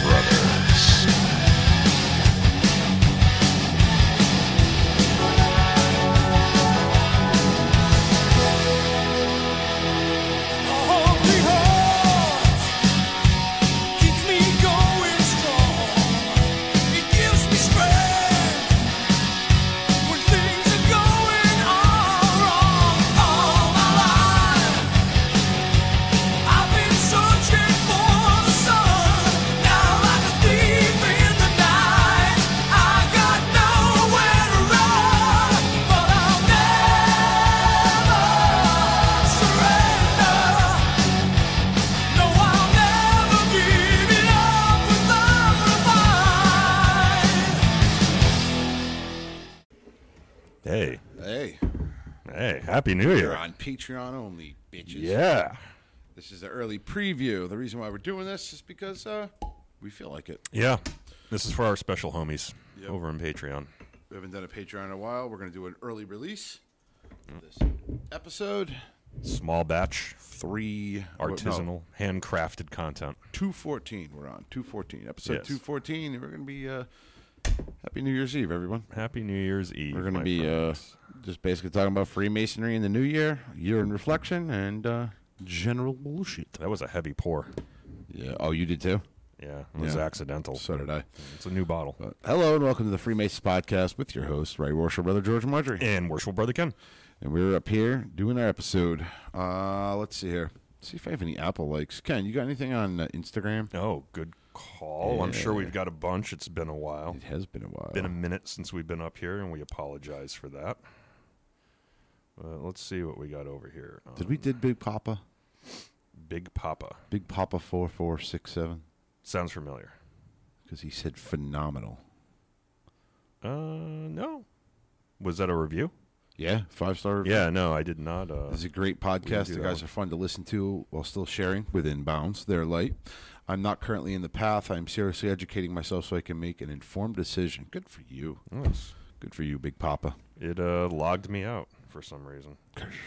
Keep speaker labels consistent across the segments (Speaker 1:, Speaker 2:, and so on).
Speaker 1: brothers. Hey,
Speaker 2: Hey,
Speaker 1: hey, Happy New
Speaker 2: you're
Speaker 1: Year.
Speaker 2: on Patreon only, bitches.
Speaker 1: Yeah.
Speaker 2: This is the early preview. The reason why we're doing this is because uh, we feel like it.
Speaker 1: Yeah. This is for our special homies
Speaker 2: Yep.
Speaker 1: over on Patreon.
Speaker 2: We haven't done a Patreon in a while. We're going to do an early release.
Speaker 1: Mm.
Speaker 2: of This episode
Speaker 1: Small batch,
Speaker 2: three
Speaker 1: artisanal,
Speaker 2: no,
Speaker 1: handcrafted content.
Speaker 2: 214. We're on 214. Episode
Speaker 1: Yes.
Speaker 2: 214. We're going to be uh, Happy New Year's Eve, everyone.
Speaker 1: Happy New Year's Eve.
Speaker 2: We're going to
Speaker 1: my
Speaker 2: be uh,
Speaker 1: friends.
Speaker 2: just basically talking about Freemasonry in the new year, year in reflection, and uh, general bullshit.
Speaker 1: That was a heavy pour.
Speaker 2: Yeah. Oh, you did too?
Speaker 1: Yeah, it was
Speaker 2: Yeah.
Speaker 1: accidental.
Speaker 2: So Uh, did I.
Speaker 1: It's a new bottle.
Speaker 2: But hello and welcome to the Freemasons Podcast with your host, Ray Worship Brother George Marjorie.
Speaker 1: and worshipful brother Ken.
Speaker 2: And we're up here doing our episode. Uh, let's see here. see if I have any Apple likes. Ken, you got anything on uh, Instagram?
Speaker 1: Oh, good call. I'm sure we've got a bunch. It's been a while.
Speaker 2: It has been a while.
Speaker 1: Been a minute since we've been up here, and we apologize for that. Uh, let's see what we got over here. Um,
Speaker 2: did we did Big Papa?
Speaker 1: Big Papa
Speaker 2: Big Papa four four six seven
Speaker 1: sounds familiar.
Speaker 2: because he said phenomenal.
Speaker 1: Uh, no, was that a review?
Speaker 2: Yeah, five star. review.
Speaker 1: Yeah, no, I did not. Uh,
Speaker 2: This is a great
Speaker 1: can
Speaker 2: podcast.
Speaker 1: do
Speaker 2: The
Speaker 1: that
Speaker 2: guys
Speaker 1: one.
Speaker 2: are fun to listen to while still sharing within bounds their light. I'm not currently in the path. I'm seriously educating myself so I can make an informed decision. Good for you.
Speaker 1: nice.
Speaker 2: Good for you, Big Papa.
Speaker 1: It uh, logged me out for some reason.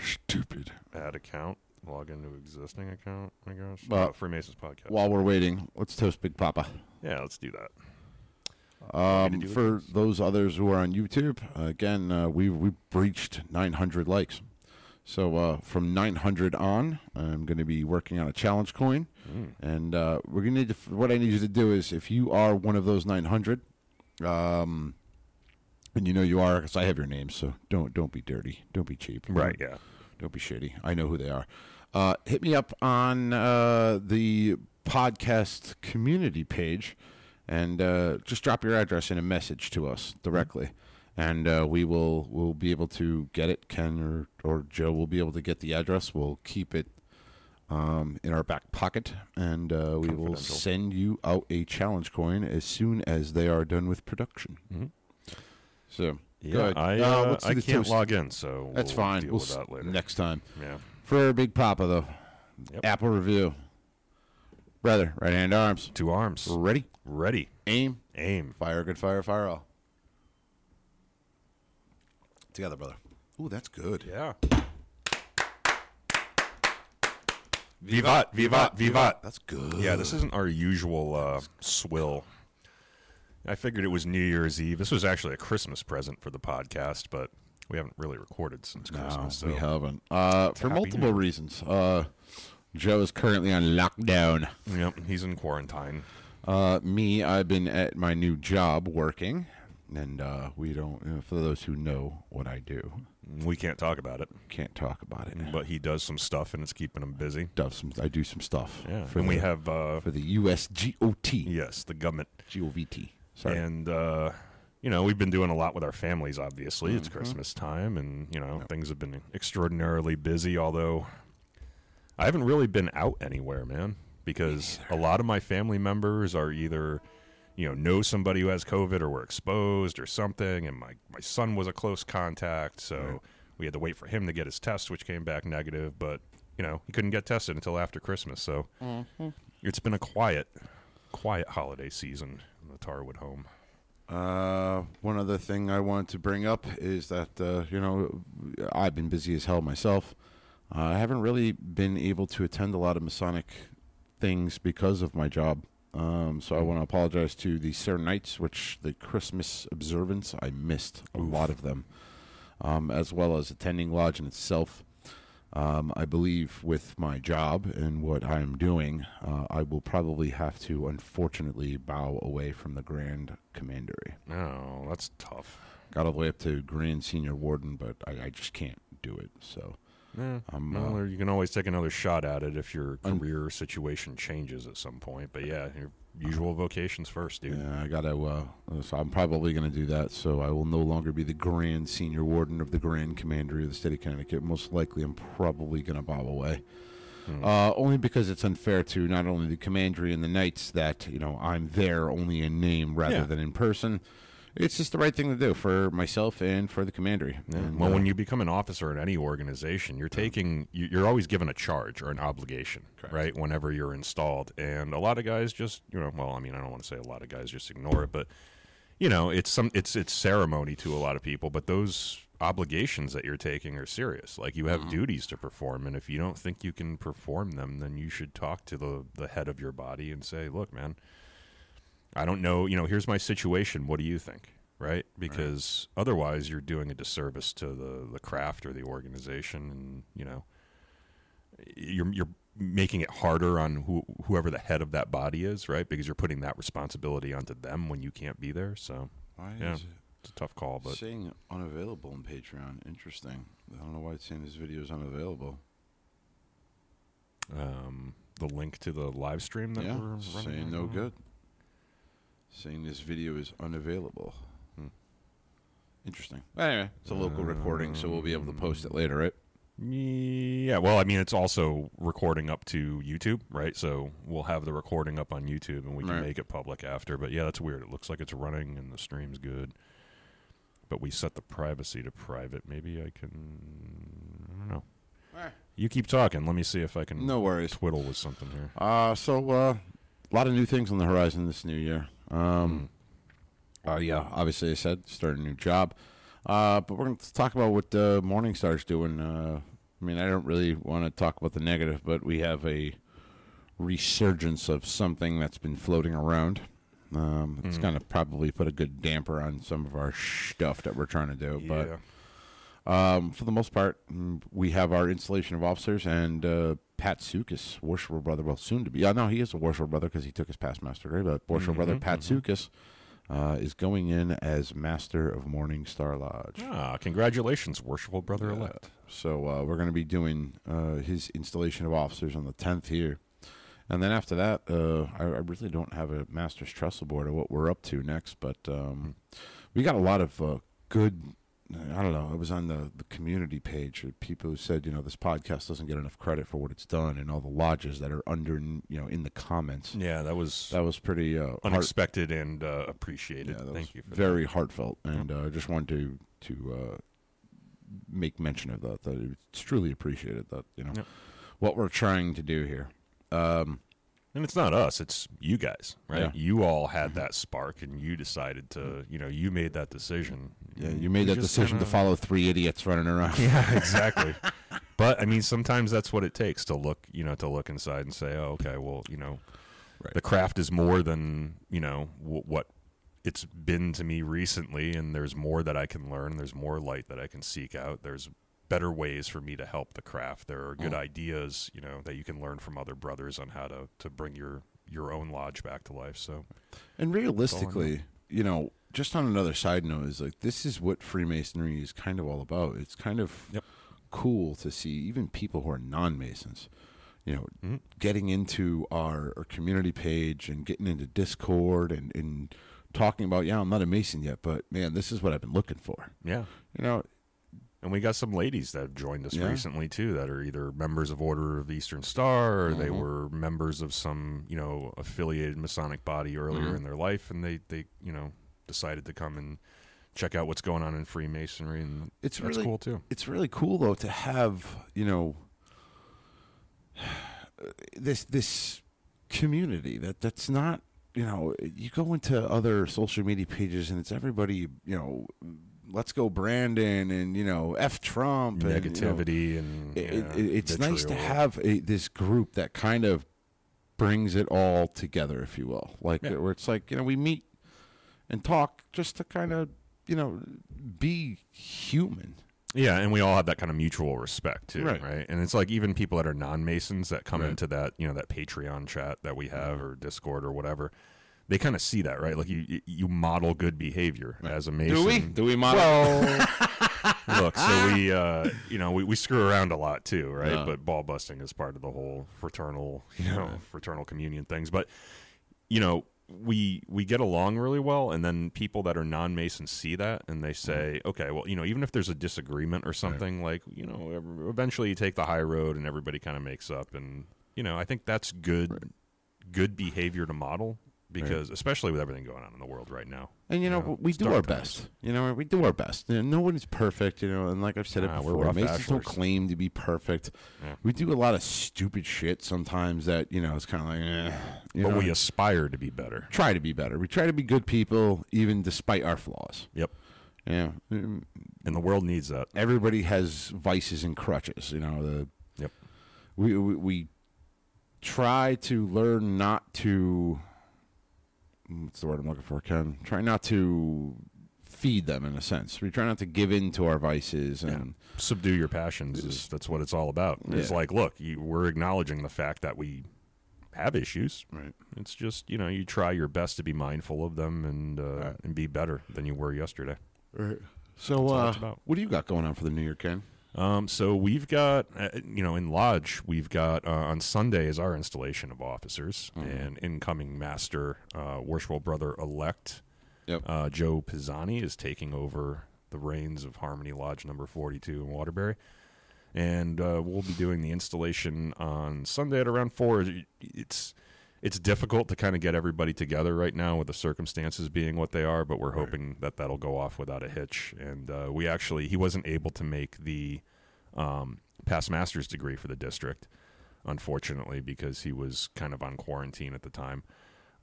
Speaker 2: Stupid.
Speaker 1: Add account, log into existing account. I guess.
Speaker 2: Well-
Speaker 1: oh, Freemasons podcast.
Speaker 2: While we're waiting, let's toast Big Papa.
Speaker 1: yeah, let's do that.
Speaker 2: Um,
Speaker 1: do it,
Speaker 2: for those others who are on YouTube, uh, again, uh, we we breached 900 likes. So uh, from 900 on, I'm going to be working on a challenge coin,
Speaker 1: Mm.
Speaker 2: and uh, we're going to need to, what I need you to do is if you are one of those 900, um, and you know you are because I have your name, so don't don't be dirty, don't be cheap,
Speaker 1: Right. Yeah.
Speaker 2: don't be shitty. I know who they are. Uh, hit me up on uh, the podcast community page and uh, just drop your address in a message to us directly. And uh, we will will be able to get it. Ken or, or Joe will be able to get the address. We'll keep it um, in our back pocket, and uh, we
Speaker 1: Confidential.
Speaker 2: will send you out a challenge coin as soon as they are done with production.
Speaker 1: Mhm.
Speaker 2: So go
Speaker 1: Yeah,
Speaker 2: ahead.
Speaker 1: I,
Speaker 2: Uh,
Speaker 1: uh,
Speaker 2: let's do
Speaker 1: I
Speaker 2: the
Speaker 1: can't
Speaker 2: toast.
Speaker 1: log in, so
Speaker 2: That's
Speaker 1: we'll
Speaker 2: fine.
Speaker 1: Deal
Speaker 2: We'll
Speaker 1: with
Speaker 2: s-
Speaker 1: that later.
Speaker 2: next time.
Speaker 1: Yeah.
Speaker 2: For Big Papa, though.
Speaker 1: Yep.
Speaker 2: Apple review. Brother, right hand arms.
Speaker 1: Two arms.
Speaker 2: Ready?
Speaker 1: Ready.
Speaker 2: Aim.
Speaker 1: Aim.
Speaker 2: Fire, good fire, fire all. Together, brother. Ooh, that's good.
Speaker 1: Yeah. Vivat, vivat, vivat.
Speaker 2: That's good.
Speaker 1: Yeah, this isn't our usual uh, swill. I figured it was New Year's Eve. This was actually a Christmas present for the podcast, but we haven't really recorded since
Speaker 2: No,
Speaker 1: Christmas. So
Speaker 2: we haven't. Uh, for
Speaker 1: Happy
Speaker 2: multiple reasons. Uh, Joe is currently on lockdown.
Speaker 1: Yep, he's in quarantine.
Speaker 2: Uh, me, I've been at my new job working, and uh, we don't. You know, for those who know what I do,
Speaker 1: We can't talk about it,
Speaker 2: can't talk about it.
Speaker 1: but he does some stuff, and it's keeping him busy.
Speaker 2: Does some I do some stuff.
Speaker 1: Yeah,
Speaker 2: for
Speaker 1: and we
Speaker 2: the-
Speaker 1: have uh,
Speaker 2: for the U.S. GOT.
Speaker 1: yes, the government
Speaker 2: GOVT. Sorry.
Speaker 1: And uh, you know, we've been doing a lot with our families. Obviously, it's Christmas time, and you know, things have been extraordinarily busy. Although, I haven't really been out anywhere, man, because a lot of my family members are either you know know somebody who has COVID or were exposed or something. And my my son was a close contact, so we had to wait for him to get his test, which came back negative, but. You know, he couldn't get tested until after Christmas, so it's been a quiet, quiet holiday season in the Tarwood home.
Speaker 2: Uh, one other thing I wanted to bring up is that uh, you know I've been busy as hell myself. Uh, I haven't really been able to attend a lot of Masonic things because of my job. Um, so I
Speaker 1: Mm.
Speaker 2: want to apologize to the Sir Knights, which the Christmas observance I missed a lot of them, um, as well as attending lodge in itself. Um, I believe with my job and what I am doing, uh, I will probably have to unfortunately bow away from the Grand Commandery.
Speaker 1: Oh, that's tough.
Speaker 2: Got all the way up to Grand Senior Warden, but I, I just can't do it. So
Speaker 1: Yeah.
Speaker 2: I'm
Speaker 1: well,
Speaker 2: uh,
Speaker 1: or you can always take another shot at it if your
Speaker 2: Un-
Speaker 1: career situation changes at some point. But yeah, your usual vocations first, dude.
Speaker 2: yeah, I gotta. Uh, so I'm probably gonna do that. So I will no longer be the Grand Senior Warden of the Grand Commandery of the State of Connecticut. Most likely, I'm probably gonna bob away.
Speaker 1: Hmm.
Speaker 2: Uh, only because it's unfair to not only the commandery and the knights that you know I'm there only in name rather
Speaker 1: Yeah.
Speaker 2: than in person. It's just the right thing to do for myself and for the commandery.
Speaker 1: Yeah.
Speaker 2: And,
Speaker 1: well,
Speaker 2: uh,
Speaker 1: when you become an officer in any organization, you're taking you- you're always given a charge or an obligation,
Speaker 2: Correct.
Speaker 1: right? Whenever you're installed, and a lot of guys just you know, well, I mean, I don't want to say a lot of guys just ignore it, but you know, it's some it's it's ceremony to a lot of people, but those obligations that you're taking are serious. Like you have
Speaker 2: Mm-hmm.
Speaker 1: duties to perform, and if you don't think you can perform them, then you should talk to the the head of your body and say, "Look, man, I don't know, you know, here's my situation. What do you think?" Right? Because otherwise you're doing a disservice to the the craft or the organization and, you know, you're you're making it harder on who, whoever the head of that body is, right? Because you're putting that responsibility onto them when you can't be there. So
Speaker 2: why
Speaker 1: yeah.
Speaker 2: is it
Speaker 1: it's a tough call, but
Speaker 2: saying unavailable on Patreon? Interesting. I don't know why it's saying this video is unavailable.
Speaker 1: um, the link to the live stream that
Speaker 2: yeah,
Speaker 1: we're running
Speaker 2: saying
Speaker 1: right
Speaker 2: no
Speaker 1: now-
Speaker 2: good. Saying this video is unavailable.
Speaker 1: Hmm.
Speaker 2: Interesting. Anyway, it's a local recording, so we'll be able to post it later, right?
Speaker 1: Yeah, well, I mean, it's also recording up to YouTube, right? So we'll have the recording up on YouTube, and we can
Speaker 2: Right.
Speaker 1: make it public after. But yeah, that's weird. It looks like it's running, and the stream's good, but we set the privacy to private. Maybe I can. I don't know.
Speaker 2: Eh.
Speaker 1: You keep talking. Let me see if I can
Speaker 2: No worries.
Speaker 1: twiddle with something here.
Speaker 2: Uh, so uh, a lot of new things on the horizon this new year. Um, uh, yeah, obviously I said start a new job, uh, but we're going to talk about what uh, Morningstar's doing. Uh, I mean, I don't really want to talk about the negative, but we have a resurgence of something that's been floating around. Um, it's going to probably put a good damper on some of our stuff that we're trying to do, but
Speaker 1: yeah.
Speaker 2: um, for the most part, mm, we have our installation of officers and uh, Pat Sukas, worshipful brother. Well, soon to be. Yeah, no, he is a worshipful brother because he took his past master degree. But worshipful brother Pat Sukas uh, is going in as master of Morning Star Lodge.
Speaker 1: Ah, congratulations, worshipful brother elect.
Speaker 2: So uh, we're going to be doing uh, his installation of officers on the tenth here, and then after that, uh, I, I really don't have a master's trestle board of what we're up to next. But um,
Speaker 1: Hmm.
Speaker 2: we got a lot of uh, good. I don't know. I was on the, the community page of people who said, you know, this podcast doesn't get enough credit for what it's done, and all the lodges that are under, you know, in the comments.
Speaker 1: Yeah, that was
Speaker 2: That was pretty uh, heart-
Speaker 1: unexpected and uh, appreciated.
Speaker 2: that was
Speaker 1: Thank you for
Speaker 2: very heartfelt, and uh, I just wanted to to uh, make mention of that. That it's truly appreciated. That you know
Speaker 1: Yep.
Speaker 2: what we're trying to do here. Um,
Speaker 1: And it's not us, it's you guys, right?
Speaker 2: Yeah. Mm-hmm.
Speaker 1: You all had that spark and you decided to, you know, you made that decision.
Speaker 2: yeah, you made that decision to
Speaker 1: follow.
Speaker 2: follow three idiots running around.
Speaker 1: Yeah, exactly. but I mean, sometimes that's what it takes to look, you know, to look inside and say, "Oh, okay, well, you know,
Speaker 2: Right.
Speaker 1: the craft is more than you know w- what it's been to me recently, and there's more that I can learn. There's more light that I can seek out. There's better ways for me to help the craft. There are good ideas, you know, that you can learn from other brothers on how to to bring your your own lodge back to life. So
Speaker 2: And realistically, you know, just on another side note, is like this is what Freemasonry is kind of all about. It's kind of
Speaker 1: Yep.
Speaker 2: cool to see even people who are non Masons, you know, getting into our, our community page and getting into Discord and, and talking about, yeah, I'm not a Mason yet, but man, this is what I've been looking for.
Speaker 1: yeah,
Speaker 2: You know,
Speaker 1: And we got some ladies that have joined us
Speaker 2: Yeah.
Speaker 1: recently too that are either members of Order of the Eastern Star or they
Speaker 2: Mm-hmm.
Speaker 1: were members of some, you know, affiliated Masonic body earlier
Speaker 2: Mm-hmm.
Speaker 1: in their life and they they, you know, decided to come and check out what's going on in Freemasonry and
Speaker 2: It's
Speaker 1: that's
Speaker 2: really-
Speaker 1: cool too.
Speaker 2: it's really cool though to have you know this this community that that's not you know, you go into other social media pages and it's everybody, you know, let's go Brandon and, you know, F Trump. And, you know,
Speaker 1: Negativity and,
Speaker 2: it,
Speaker 1: yeah,
Speaker 2: it, it's nice to
Speaker 1: vitriol.
Speaker 2: have a, this group that kind of brings it all together, if you will. Like
Speaker 1: Yeah.
Speaker 2: where it's like you know we meet and talk just to kind of you know be human.
Speaker 1: Yeah, and we all have that kind of mutual respect too,
Speaker 2: Right.
Speaker 1: right? And it's like even people that are non-Masons that come
Speaker 2: Right. Mm-hmm.
Speaker 1: into that, you know, that Patreon chat that we have or Discord or whatever, they kind of see that, right? Like you, you model good behavior as a Mason.
Speaker 2: we model?
Speaker 1: Well, look, so we, uh, you know, we, we screw around a lot too, right?
Speaker 2: Yeah.
Speaker 1: But ball busting is part of the whole fraternal, you know, fraternal communion things. But you know, we we get along really well, and then people that are non Masons see that and they
Speaker 2: Mm-hmm.
Speaker 1: say, okay, well, you know, even if there's a disagreement or something, like you know, ev- eventually you take the high road, and everybody kind of makes up, and you know, I think that's good, good behavior to model. Because especially with everything going on in the world right now,
Speaker 2: and you know
Speaker 1: Yeah,
Speaker 2: we
Speaker 1: it's
Speaker 2: do
Speaker 1: dark
Speaker 2: our
Speaker 1: times.
Speaker 2: best. You know we do our best. You know, no one is perfect. You know, and like I've said it
Speaker 1: Nah, we're
Speaker 2: before,
Speaker 1: rough
Speaker 2: Masons don't
Speaker 1: ashlers.
Speaker 2: claim to be perfect.
Speaker 1: Yeah.
Speaker 2: We do a lot of stupid shit sometimes that you know it's kind of like. Eh, you
Speaker 1: but
Speaker 2: know,
Speaker 1: we aspire to be better.
Speaker 2: try to be better. We try to be good people, even despite our flaws.
Speaker 1: Yep.
Speaker 2: Yeah, Mm,
Speaker 1: and the world needs that.
Speaker 2: everybody has vices and crutches. You know, the
Speaker 1: Yep.
Speaker 2: we we, we try to learn not to. What's the word I'm looking for, Ken? Try not to feed them in a sense. We try not to give in to our vices, and
Speaker 1: Subdue your passions. Is, that's what it's all about. It's
Speaker 2: Yeah.
Speaker 1: like, look, you, we're acknowledging the fact that we have issues.
Speaker 2: right.
Speaker 1: It's just you know you try your best to be mindful of them and uh,
Speaker 2: Right.
Speaker 1: and be better than you were yesterday.
Speaker 2: So,
Speaker 1: That's all
Speaker 2: uh,
Speaker 1: it's about.
Speaker 2: what do you got going on for the new year, Ken?
Speaker 1: Um, so we've got, uh, you know, in Lodge, we've got uh, on Sunday is our installation of officers
Speaker 2: Mm-hmm.
Speaker 1: and incoming master, uh, worshipful brother elect,
Speaker 2: Yep.
Speaker 1: uh, Joe Pisani is taking over the reins of Harmony Lodge number 42 in Waterbury. And uh, we'll be doing the installation on Sunday at around four. It- It's it's difficult to kind of get everybody together right now with the circumstances being what they are, but we're hoping that that'll go off without a hitch. And uh, we actually he wasn't able to make the um, past master's degree for the district, unfortunately, because he was kind of on quarantine at the time.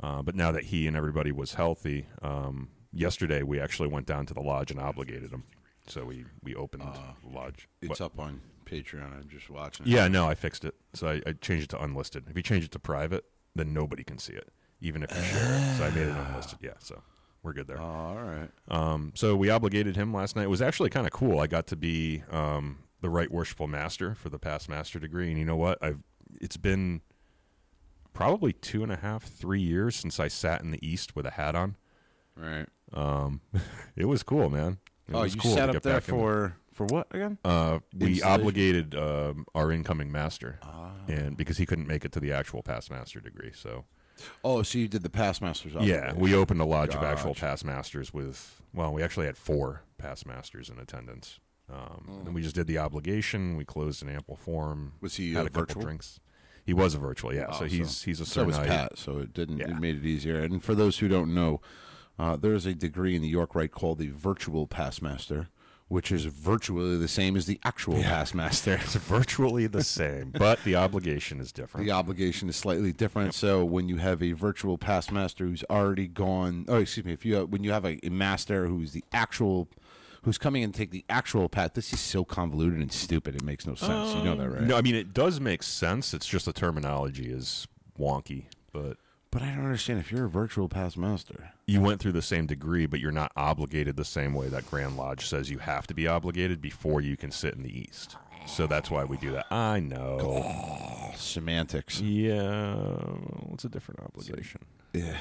Speaker 1: Uh, but now that he and everybody was healthy, um, yesterday we actually went down to the lodge and obligated him. So we we opened the lodge. What?
Speaker 2: It's up on Patreon. I'm just watching.
Speaker 1: Yeah, no, I fixed it. So I, I changed it to unlisted. If you change it to private, then nobody can see it, even if you share it. So I made it unlisted. Yeah, so we're good there.
Speaker 2: Oh, all right.
Speaker 1: Um, so we obligated him last night. It was actually kind of cool. I got to be um, the right worshipful master for the past master degree, and you know what? I've it's been probably two and a half, three years since I sat in the east with a hat on.
Speaker 2: Right.
Speaker 1: Um, it was cool, man. It
Speaker 2: oh,
Speaker 1: was
Speaker 2: you
Speaker 1: cool
Speaker 2: sat
Speaker 1: to
Speaker 2: up
Speaker 1: get
Speaker 2: there
Speaker 1: back in-
Speaker 2: for for what again?
Speaker 1: uh, we
Speaker 2: Installation.
Speaker 1: obligated um, our incoming master,
Speaker 2: Ah.
Speaker 1: and because he couldn't make it to the actual past master degree, so
Speaker 2: Oh, so you did the past masters?
Speaker 1: yeah, we opened a lodge of actual
Speaker 2: Gotcha.
Speaker 1: past masters with. Well, we actually had four past masters in attendance. Um, And then we just did the obligation. We closed in ample form.
Speaker 2: Was he
Speaker 1: had
Speaker 2: uh,
Speaker 1: a couple
Speaker 2: virtual?
Speaker 1: drinks. He was a virtual, yeah.
Speaker 2: Oh, so-
Speaker 1: so he's he's a
Speaker 2: So was
Speaker 1: Sir Knight.
Speaker 2: Pat. So it didn't.
Speaker 1: Yeah.
Speaker 2: It made it easier. And for those who don't know, uh, there is a degree in the York Rite called the virtual past master, which is virtually the same as the actual past master.
Speaker 1: It's virtually the same, but the obligation is different.
Speaker 2: The obligation is slightly different. So when you have a virtual past master who's already gone, oh excuse me, if you have, when you have a, a master who's the actual, who's coming and take the actual path, this is so convoluted and stupid. It makes no sense. you know that, right?
Speaker 1: Um, No, I mean it does make sense. It's just the terminology is wonky, but
Speaker 2: But I don't understand if you're a virtual past master.
Speaker 1: you went through the same degree, but you're not obligated the same way that Grand Lodge says you have to be obligated before you can sit in the East. So that's why we do that. I know.
Speaker 2: Semantics.
Speaker 1: Yeah, well, it's a different obligation.
Speaker 2: Yeah.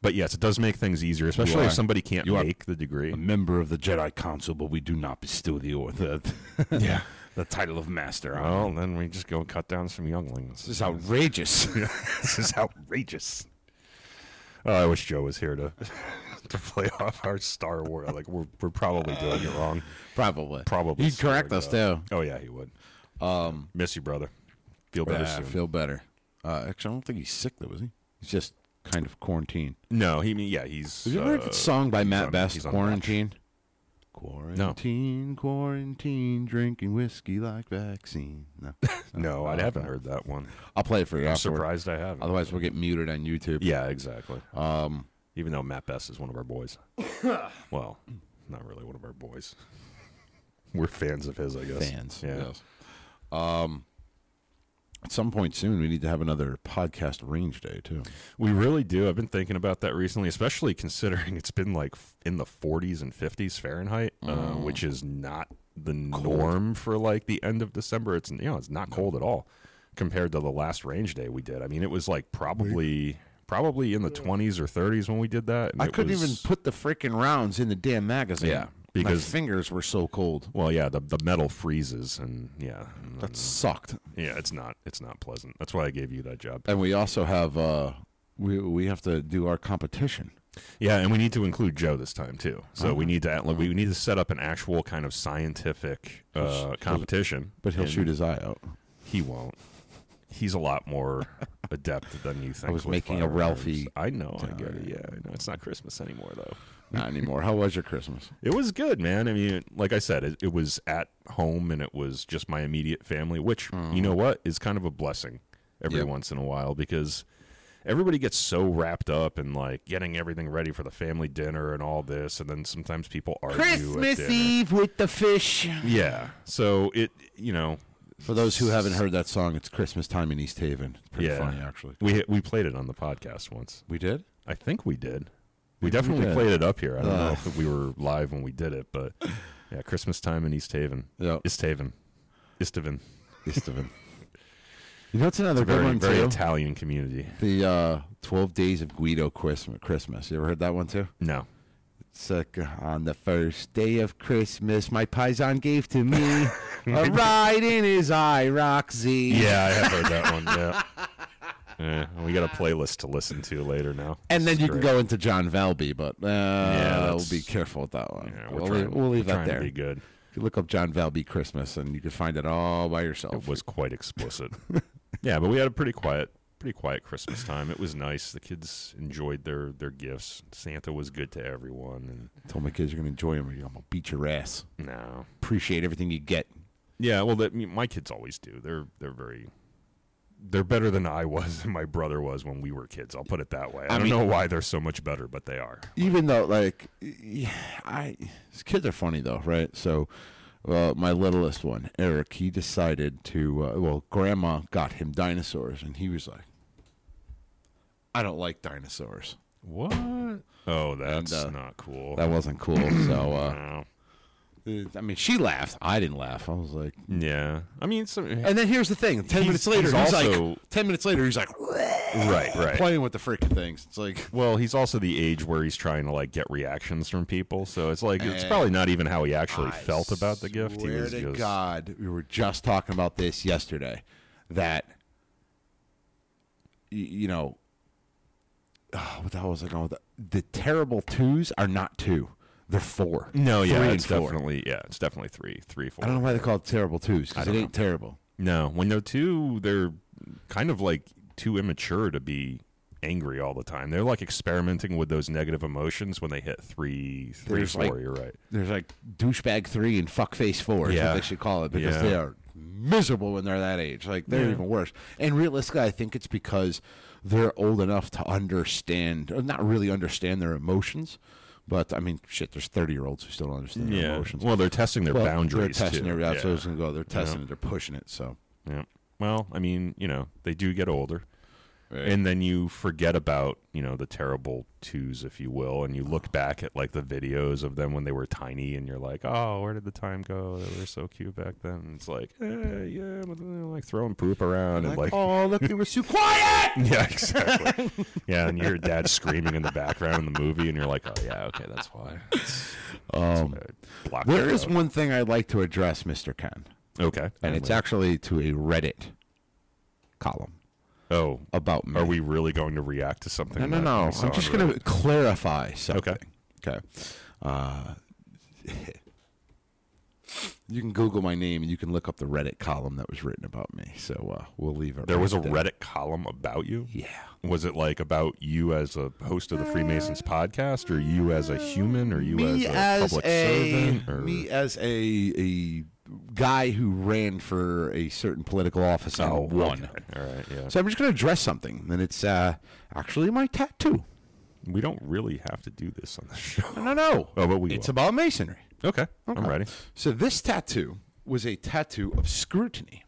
Speaker 1: But yes, it does make things easier, especially
Speaker 2: are-
Speaker 1: if somebody can't
Speaker 2: you are-
Speaker 1: make the degree.
Speaker 2: a member of the Jedi Council, but we do not bestow the or the,
Speaker 1: Yeah.
Speaker 2: the title of Master. on
Speaker 1: Well, then we just go cut down some younglings.
Speaker 2: This is outrageous.
Speaker 1: this is outrageous. Oh, I wish Joe was here to to play off our Star Wars. Like we're we're probably doing it wrong.
Speaker 2: Probably.
Speaker 1: Probably
Speaker 2: He'd correct
Speaker 1: so,
Speaker 2: us, too.
Speaker 1: Oh yeah, he would.
Speaker 2: Um,
Speaker 1: Miss you, brother. Feel better
Speaker 2: yeah, I
Speaker 1: soon.
Speaker 2: feel better. Uh, actually, I don't think he's sick, though, is he? He's just kind of quarantined.
Speaker 1: no, he mean yeah, he's.
Speaker 2: Have you ever heard
Speaker 1: uh,
Speaker 2: that song by Matt
Speaker 1: on-
Speaker 2: Best,
Speaker 1: he's on
Speaker 2: Quarantine? Quarantine, quarantine, drinking whiskey like vaccine. No,
Speaker 1: No, I haven't heard that one.
Speaker 2: I'll play it for you
Speaker 1: I'm
Speaker 2: afterward.
Speaker 1: surprised I haven't.
Speaker 2: Otherwise, we'll get muted on YouTube.
Speaker 1: yeah, exactly.
Speaker 2: Um,
Speaker 1: Even though Matt Best is one of our boys. well, not really one of our boys. We're fans of his, I guess.
Speaker 2: fans.
Speaker 1: Yeah.
Speaker 2: Yes. Um, at some point soon, we need to have another podcast range day too.
Speaker 1: We really do. I've been thinking about that recently, especially considering it's been like f- in the 40s and 50s Fahrenheit, uh,
Speaker 2: Mm.
Speaker 1: which is not the norm for like the end of December. It's you know it's not cold at all compared to the last range day we did. I mean, it was like probably probably in the 20s or 30s when we did that. and
Speaker 2: I
Speaker 1: it
Speaker 2: couldn't
Speaker 1: was-
Speaker 2: even put the freaking rounds in the damn magazine.
Speaker 1: Yeah,
Speaker 2: my
Speaker 1: because-
Speaker 2: fingers were so cold.
Speaker 1: Well, yeah, the the metal freezes and yeah,
Speaker 2: That sucked.
Speaker 1: yeah, it's not it's not pleasant. That's why I gave you that job.
Speaker 2: And we also have uh, we we have to do our competition.
Speaker 1: Yeah, and we need to include Joe this time too. So we need to we
Speaker 2: Oh.
Speaker 1: we need to set up an actual kind of scientific uh, competition.
Speaker 2: But he'll
Speaker 1: and
Speaker 2: shoot his eye out.
Speaker 1: He won't. He's a lot more adept than you think.
Speaker 2: was
Speaker 1: with
Speaker 2: making a
Speaker 1: firearms.
Speaker 2: Ralphie
Speaker 1: I know. I get it. Yeah, I know. It's not Christmas anymore though.
Speaker 2: Not anymore. How was your Christmas?
Speaker 1: It was good, man. I mean, like I said, it, it was at home and it was just my immediate family, which,
Speaker 2: Mm-hmm.
Speaker 1: you know what, is kind of a blessing every
Speaker 2: Yep.
Speaker 1: once in a while because everybody gets so wrapped up in like getting everything ready for the family dinner and all this. And then sometimes people argue. at dinner.
Speaker 2: with the fish.
Speaker 1: Yeah. So it, you know,
Speaker 2: For those who haven't heard that song, it's Christmas time in East Haven. It's pretty
Speaker 1: Yeah.
Speaker 2: funny, actually.
Speaker 1: we, we played it on the podcast once.
Speaker 2: We did.
Speaker 1: I think we did. We definitely
Speaker 2: did. Uh.
Speaker 1: played it up here. I don't know
Speaker 2: Ugh.
Speaker 1: if we were live when we did it, but yeah, Christmas time in East Haven.
Speaker 2: Yeah,
Speaker 1: East Haven. East Haven.
Speaker 2: East Haven. You know, it's another good
Speaker 1: very,
Speaker 2: one
Speaker 1: very
Speaker 2: too.
Speaker 1: Italian community.
Speaker 2: the uh, Twelve Days of Guido Christmas. Christmas. You ever heard that one too?
Speaker 1: No,
Speaker 2: It's like uh, on the first day of Christmas, my paisan gave to me a ride in his eye, Roxy.
Speaker 1: yeah, I have heard that one. Yeah, yeah. and we got a playlist to listen to later now.
Speaker 2: And then
Speaker 1: It's
Speaker 2: you
Speaker 1: great.
Speaker 2: can go into John Velby, but uh,
Speaker 1: that's-
Speaker 2: we'll be careful with that one.
Speaker 1: Yeah, we're
Speaker 2: we'll,
Speaker 1: trying,
Speaker 2: leave, we'll leave
Speaker 1: we're
Speaker 2: that
Speaker 1: trying
Speaker 2: there.
Speaker 1: To be good.
Speaker 2: You can look up John Velby Christmas, and you can find it all by yourself.
Speaker 1: It was quite explicit. yeah, but we had a pretty quiet, pretty quiet Christmas time. It was nice. The kids enjoyed their their gifts. Santa was good to everyone.
Speaker 2: I told my kids you're going to enjoy them. I'm going to beat your ass.
Speaker 1: And no,
Speaker 2: Appreciate everything you get.
Speaker 1: yeah, well, that, my kids always do. They're they're very. They're better than I was and my brother was when we were kids. I'll put it that way. I,
Speaker 2: I
Speaker 1: don't
Speaker 2: mean-
Speaker 1: know why they're so much better, but they are.
Speaker 2: even though like yeah, I these kids are funny though, right? So uh, my littlest one, Eric, he decided to uh, well, grandma got him dinosaurs and he was like I don't like dinosaurs.
Speaker 1: What? Oh, that's
Speaker 2: uh,
Speaker 1: not cool.
Speaker 2: That wasn't cool. so uh,
Speaker 1: Wow.
Speaker 2: I mean, she laughed. I didn't laugh. I was like
Speaker 1: yeah. I mean, some,
Speaker 2: And then here's the thing. 10
Speaker 1: He's-
Speaker 2: minutes later,
Speaker 1: he's
Speaker 2: he's,
Speaker 1: also-
Speaker 2: like 10 minutes later he's like
Speaker 1: right, right.
Speaker 2: playing with the freaking things. It's like
Speaker 1: well, he's also the age where he's trying to like get reactions from people, so it's like it's probably not even how he actually felt about the gift. He
Speaker 2: Swear
Speaker 1: was
Speaker 2: to
Speaker 1: just
Speaker 2: God, we were just talking about this yesterday. That y- you know, oh, what the hell was I going with? that? The terrible twos are not two; they're four.
Speaker 1: no, yeah,
Speaker 2: Three
Speaker 1: it's
Speaker 2: and four.
Speaker 1: definitely yeah, it's definitely three, three, four.
Speaker 2: I don't know why they call it terrible twos because it
Speaker 1: don't
Speaker 2: ain't terrible.
Speaker 1: No, when they're two, they're kind of like too immature to be angry all the time. They're like experimenting with those negative emotions when they hit three, three,
Speaker 2: There's,
Speaker 1: four.
Speaker 2: like,
Speaker 1: you're right.
Speaker 2: There's like douchebag three and fuckface four. Is
Speaker 1: Yeah.
Speaker 2: what they should call it because
Speaker 1: Yeah.
Speaker 2: they are miserable when they're that age. Like they're even worse. And realistically, I think it's because they're old enough to understand, or not really understand their emotions. But I mean, shit, there's thirty year olds who still don't understand their
Speaker 1: Yeah.
Speaker 2: emotions.
Speaker 1: Well, they're testing their
Speaker 2: Well,
Speaker 1: boundaries
Speaker 2: They're testing
Speaker 1: too.
Speaker 2: their yeah, so
Speaker 1: Yeah.
Speaker 2: it's gonna go. They're testing it. They're pushing it. So
Speaker 1: Yeah. Well, I mean, you know, they do get older.
Speaker 2: Right.
Speaker 1: And then you forget about, you know, the terrible twos, if you will, and you look back at like the videos of them when they were tiny and you're like, Oh, where did the time go? They were so cute back then. And it's like, eh, yeah, but they're like throwing poop around and like
Speaker 2: oh, look, they were so quiet.
Speaker 1: Yeah, exactly. yeah, and you hear dad screaming in the background in the movie and you're like, Oh yeah, okay, that's why. That's- that's why I blocked
Speaker 2: There
Speaker 1: it
Speaker 2: Um, is
Speaker 1: out.
Speaker 2: one thing I'd like to address, Mister Ken,
Speaker 1: Okay.
Speaker 2: and it's actually to a Reddit column
Speaker 1: Oh.
Speaker 2: about me.
Speaker 1: Are we really going to react to something?
Speaker 2: No, no,
Speaker 1: that we
Speaker 2: no.
Speaker 1: saw
Speaker 2: I'm
Speaker 1: on
Speaker 2: just
Speaker 1: Reddit?
Speaker 2: going to clarify something. Okay. Okay. Uh, you can Google my name and you can look up the Reddit column that was written about me. So uh, we'll leave it.
Speaker 1: There
Speaker 2: right
Speaker 1: was a
Speaker 2: there.
Speaker 1: Reddit column about you.
Speaker 2: Yeah.
Speaker 1: Was it like about you as a host of the Freemasons podcast, or you as a human, or you
Speaker 2: Uh, me
Speaker 1: as a
Speaker 2: as
Speaker 1: public
Speaker 2: a,
Speaker 1: servant? Or...
Speaker 2: me as a a guy who ran for a certain political office and
Speaker 1: oh,
Speaker 2: won.
Speaker 1: okay. All right, yeah.
Speaker 2: So I'm just going to address something, and it's uh, actually my tattoo.
Speaker 1: we don't really have to do this on the show.
Speaker 2: No, no,
Speaker 1: Oh, but we
Speaker 2: it's
Speaker 1: will.
Speaker 2: about masonry.
Speaker 1: Okay, I'm ready.
Speaker 2: So this tattoo was a tattoo of scrutiny.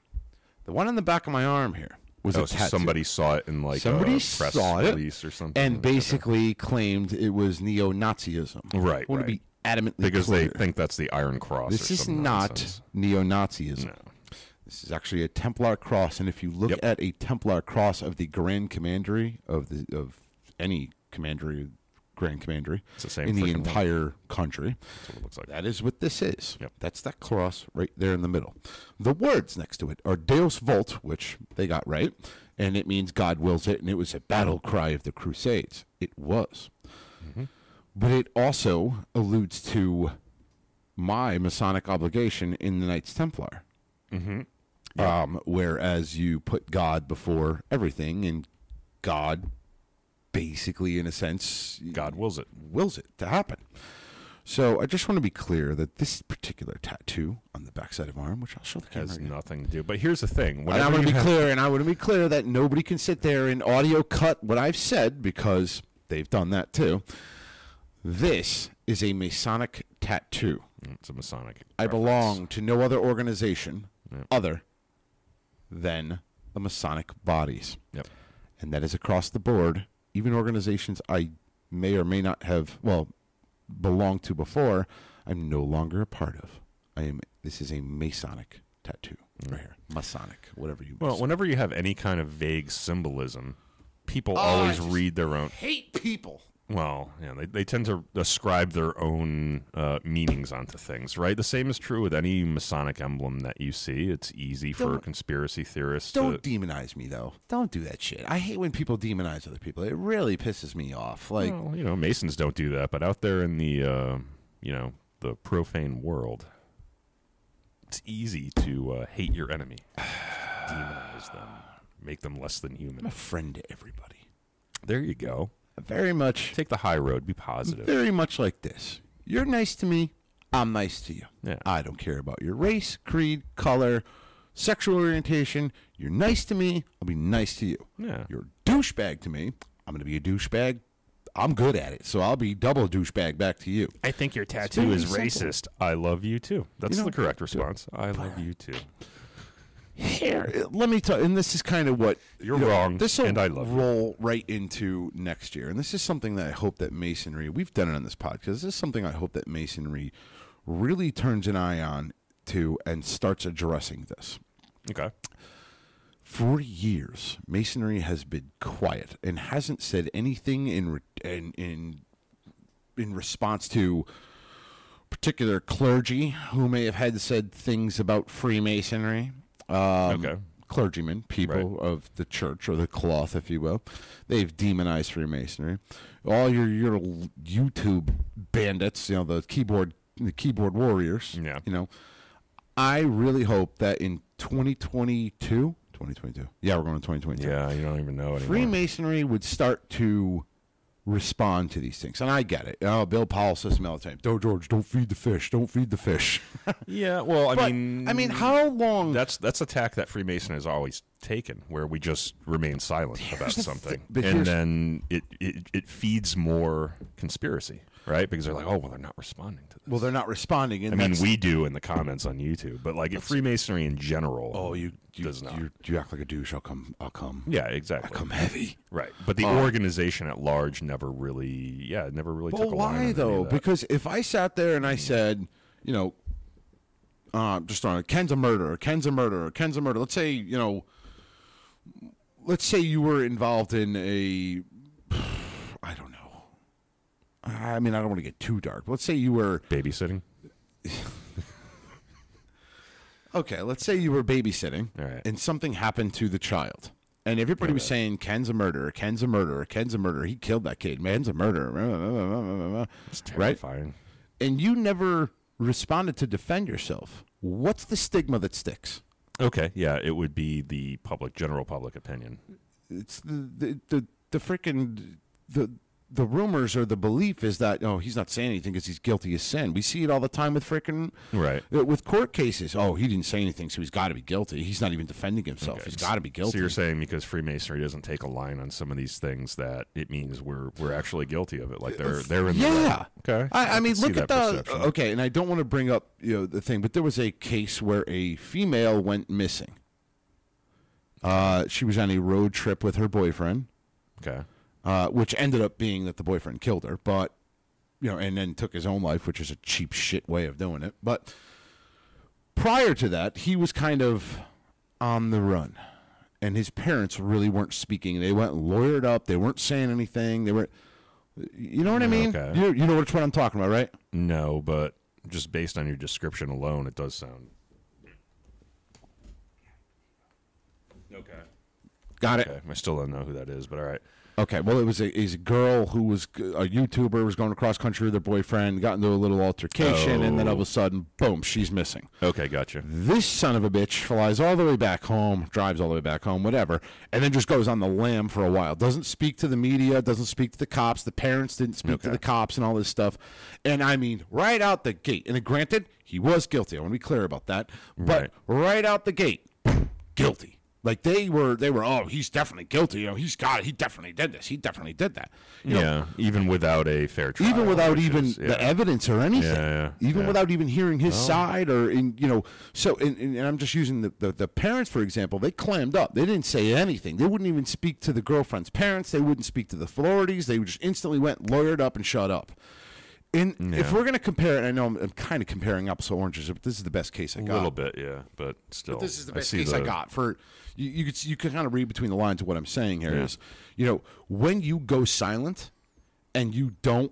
Speaker 2: The one on the back of my arm here was
Speaker 1: Oh,
Speaker 2: a
Speaker 1: so
Speaker 2: tattoo.
Speaker 1: somebody saw it in like
Speaker 2: Somebody
Speaker 1: a press
Speaker 2: saw it
Speaker 1: release or something,
Speaker 2: and basically claimed it was neo-Nazism.
Speaker 1: Right,
Speaker 2: I want
Speaker 1: right.
Speaker 2: to be adamantly
Speaker 1: because they
Speaker 2: clear.
Speaker 1: think that's the Iron Cross.
Speaker 2: This
Speaker 1: or
Speaker 2: is
Speaker 1: some
Speaker 2: not
Speaker 1: nonsense.
Speaker 2: neo-Nazism.
Speaker 1: No.
Speaker 2: This is actually a Templar cross, and if you look
Speaker 1: Yep.
Speaker 2: at a Templar cross of the Grand Commandery of the of any commandery, Grand Commandery
Speaker 1: It's the same
Speaker 2: in the
Speaker 1: freaking
Speaker 2: entire country,
Speaker 1: That's what it looks like.
Speaker 2: that is what this is.
Speaker 1: Yep.
Speaker 2: That's that cross right there in the middle. The words next to it are Deus Volt, which they got right, and it means God wills it, and it was a battle cry of the Crusades. It was. But it also alludes to my Masonic obligation in the Knights Templar. Mm-hmm. Um, whereas you put God before everything, and God basically, in a sense,
Speaker 1: God wills it.
Speaker 2: wills it to happen. So I just want to be clear that this particular tattoo on the backside of my arm, which I'll show the camera,
Speaker 1: Has
Speaker 2: again.
Speaker 1: nothing to do. But here's the thing.
Speaker 2: and I
Speaker 1: Whenever
Speaker 2: want
Speaker 1: you
Speaker 2: to be
Speaker 1: have-
Speaker 2: clear, and I want to be clear that nobody can sit there and audio cut what I've said because they've done that too. This is a Masonic tattoo.
Speaker 1: Mm, It's a Masonic.
Speaker 2: I
Speaker 1: reference.
Speaker 2: belong to no other organization
Speaker 1: Yep.
Speaker 2: other than the Masonic bodies
Speaker 1: Yep.
Speaker 2: and that is across the board. Even organizations I may or may not have well belonged to before, I'm no longer a part of. I am. This is a Masonic tattoo right here. Masonic, whatever you.
Speaker 1: Well, whenever you have any kind of vague symbolism, people
Speaker 2: Oh, I
Speaker 1: always
Speaker 2: just-
Speaker 1: read their own.
Speaker 2: hate people.
Speaker 1: Well, yeah, they, they tend to ascribe their own uh, meanings onto things, right? The same is true with any Masonic emblem that you see. It's easy for
Speaker 2: Don't-
Speaker 1: conspiracy theorists
Speaker 2: Don't
Speaker 1: to.
Speaker 2: demonize me though. Don't do that shit. I hate when people demonize other people. It really pisses me off. Like
Speaker 1: Well, you know, Masons don't do that, but out there in the, uh, you know, the profane world, it's easy to uh, hate your enemy, demonize them, make them less than
Speaker 2: I'm a
Speaker 1: human.
Speaker 2: friend to everybody.
Speaker 1: There you go.
Speaker 2: Very much,
Speaker 1: Take the high road. Be positive.
Speaker 2: very much like this. You're nice to me. I'm nice to you.
Speaker 1: Yeah.
Speaker 2: I don't care about your race, creed, color, sexual orientation. You're nice to me, I'll be nice to you.
Speaker 1: Yeah.
Speaker 2: You're a douchebag to me, I'm going to be a douchebag. I'm good at it, so I'll be double douchebag back to you.
Speaker 1: I think your tattoo
Speaker 2: very
Speaker 1: is
Speaker 2: simple.
Speaker 1: racist. I love you too. That's
Speaker 2: You know,
Speaker 1: the correct response. I love you too.
Speaker 2: Here, let me tell and this is kind of what
Speaker 1: You're wrong,
Speaker 2: This
Speaker 1: and I love you.
Speaker 2: roll right into next year, and this is something that I hope that masonry. We've done it on this podcast. This is something I hope that masonry really turns an eye on to and starts addressing this.
Speaker 1: Okay.
Speaker 2: For years, Masonry has been quiet and hasn't said anything in re- in in, in response to particular clergy who may have had said things about Freemasonry. Um,
Speaker 1: Okay.
Speaker 2: Clergymen, people of the church or the cloth, if you will, they've demonized Freemasonry. All your your YouTube bandits, you know the keyboard the keyboard warriors.
Speaker 1: Yeah.
Speaker 2: You know, I really hope that in 2022, 2022, yeah, we're going to 2022.
Speaker 1: Yeah, you don't even know anymore.
Speaker 2: Freemasonry would start to respond to these things, and I get it. Oh, Bill Powell says to me all the time, "Don't George, don't feed the fish, don't feed the fish."
Speaker 1: yeah. Well, I
Speaker 2: but
Speaker 1: mean,
Speaker 2: I mean, how long?
Speaker 1: that's that's a tack that Freemason has always taken, where we just remain silent about
Speaker 2: the
Speaker 1: something,
Speaker 2: thi- but
Speaker 1: and
Speaker 2: here's-
Speaker 1: then it, it it feeds more conspiracy, right? Because they're like, oh, well, they're not responding to this.
Speaker 2: well, they're not responding. And
Speaker 1: I mean,
Speaker 2: that's-
Speaker 1: we do in the comments on YouTube, but like if Freemasonry in general,
Speaker 2: Oh, you, you,
Speaker 1: does not.
Speaker 2: you, you act like a douche. I'll come. I'll come.
Speaker 1: yeah, exactly.
Speaker 2: Come heavy.
Speaker 1: Right, but the organization at large never really, yeah, it never really
Speaker 2: But
Speaker 1: took a line on
Speaker 2: why
Speaker 1: any of
Speaker 2: though?
Speaker 1: that.
Speaker 2: Because if I sat there and I said, you know, uh, just on Ken's a murderer, Ken's a murderer, Ken's a murderer. Let's say you know, let's say you were involved in a, I don't know. I mean, I don't want to get too dark. but Let's say you were
Speaker 1: babysitting.
Speaker 2: okay. Let's say you were babysitting,
Speaker 1: All right.
Speaker 2: and something happened to the child. And everybody was saying, Ken's a murderer, Ken's a murderer, Ken's a murderer. He killed that kid. Man's a murderer.
Speaker 1: It's
Speaker 2: Right?
Speaker 1: terrifying.
Speaker 2: and you never responded to defend yourself. What's the stigma that sticks?
Speaker 1: Okay, yeah, it would be the public, general public opinion.
Speaker 2: It's the the the, the freaking the the rumors or the belief is that oh he's not saying anything because he's guilty of sin. We see it all the time with freaking
Speaker 1: Right.
Speaker 2: uh, with court cases. Oh, he didn't say anything, so he's got to be guilty. He's not even defending himself. He's got to be guilty.
Speaker 1: So you're saying because Freemasonry doesn't take a line on some of these things that it means we're we're actually guilty of it. Like they're they're in the
Speaker 2: Yeah.
Speaker 1: right. Okay.
Speaker 2: I, I mean,
Speaker 1: can see
Speaker 2: look
Speaker 1: that
Speaker 2: at the uh,
Speaker 1: perception.
Speaker 2: okay, and I don't want to bring up you know the thing, but there was a case where a female went missing. Uh, she was on a road trip with her boyfriend,
Speaker 1: Okay.
Speaker 2: uh, which ended up being that the boyfriend killed her, but you know, and then took his own life, which is a cheap shit way of doing it. But prior to that, he was kind of on the run, and his parents really weren't speaking. They went lawyered up. They weren't saying anything. They were, you know what I mean?
Speaker 1: Okay.
Speaker 2: You, you know which one I'm talking about, right?
Speaker 1: No, but just based on your description alone, it does sound. Okay.
Speaker 2: Got it.
Speaker 1: Okay. I still don't know who that is, but all right.
Speaker 2: Okay, well, it was a, is a girl who was g- a YouTuber was going across country with her boyfriend, got into a little altercation, and
Speaker 1: Oh.
Speaker 2: then all of a sudden, boom, she's missing.
Speaker 1: Okay, gotcha.
Speaker 2: This son of a bitch flies all the way back home, drives all the way back home, whatever, and then just goes on the lam for a while. Doesn't speak to the media, doesn't speak to the cops. The parents didn't speak to
Speaker 1: Okay.
Speaker 2: the cops and all this stuff. And I mean, right out the gate. And granted, he was guilty. I want to be clear about that. But right out the gate, guilty. Like they were, they were. Oh, he's definitely guilty. You know, he's got. He definitely did this. He definitely did that. You know,
Speaker 1: yeah, even without a fair trial.
Speaker 2: even without
Speaker 1: which
Speaker 2: even
Speaker 1: is- yeah.
Speaker 2: the evidence or anything,
Speaker 1: Yeah, yeah,
Speaker 2: even
Speaker 1: yeah.
Speaker 2: without even hearing his side or in you know. So and, and, and I'm just using the, the the parents for example. They clammed up. They didn't say anything. They wouldn't even speak to the girlfriend's parents. They wouldn't speak to the authorities. They just instantly went lawyered up and shut up. And if we're gonna compare, and I know I'm, I'm kind of comparing apples to oranges, but this is the best case I
Speaker 1: a
Speaker 2: got.
Speaker 1: little bit, yeah, but still.
Speaker 2: This is the
Speaker 1: I
Speaker 2: best
Speaker 1: see
Speaker 2: case I
Speaker 1: the-
Speaker 2: got for you. You could you could kind of read between the lines of what I'm saying here is,
Speaker 1: Yeah.
Speaker 2: you know, when you go silent and you don't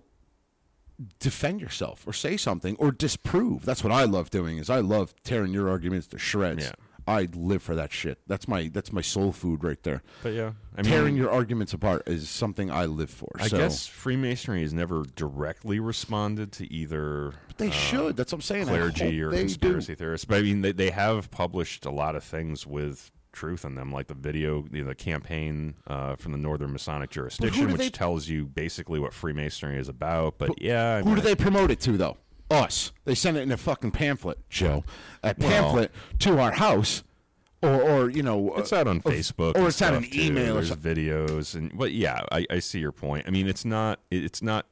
Speaker 2: defend yourself or say something or disprove. That's what I love doing. Is I love tearing your arguments to shreds.
Speaker 1: Yeah.
Speaker 2: I live for that shit. That's my that's my soul food right there.
Speaker 1: But yeah, I
Speaker 2: tearing
Speaker 1: mean,
Speaker 2: your arguments apart is something I live for.
Speaker 1: I
Speaker 2: so,
Speaker 1: guess Freemasonry has never directly responded to either uh,
Speaker 2: they should. That's what I'm saying. I
Speaker 1: clergy
Speaker 2: hope
Speaker 1: or
Speaker 2: they do.
Speaker 1: conspiracy theorists. But I mean, they, they have published a lot of things with truth in them, like the video, you know, the campaign uh, from the Northern Masonic jurisdiction,
Speaker 2: do
Speaker 1: which
Speaker 2: they-
Speaker 1: tells you basically what Freemasonry is about. But, yeah, I
Speaker 2: Who
Speaker 1: mean,
Speaker 2: do they promote it to, though? Us. They send it in a fucking pamphlet, Joe. A pamphlet to our house, or, or you know,
Speaker 1: it's
Speaker 2: uh,
Speaker 1: out on
Speaker 2: or-
Speaker 1: Facebook,
Speaker 2: or
Speaker 1: and
Speaker 2: it's out on
Speaker 1: stuff, too.
Speaker 2: email or
Speaker 1: There's
Speaker 2: something.
Speaker 1: videos, and but yeah, I, I see your point. I mean, it's not, it- it's not.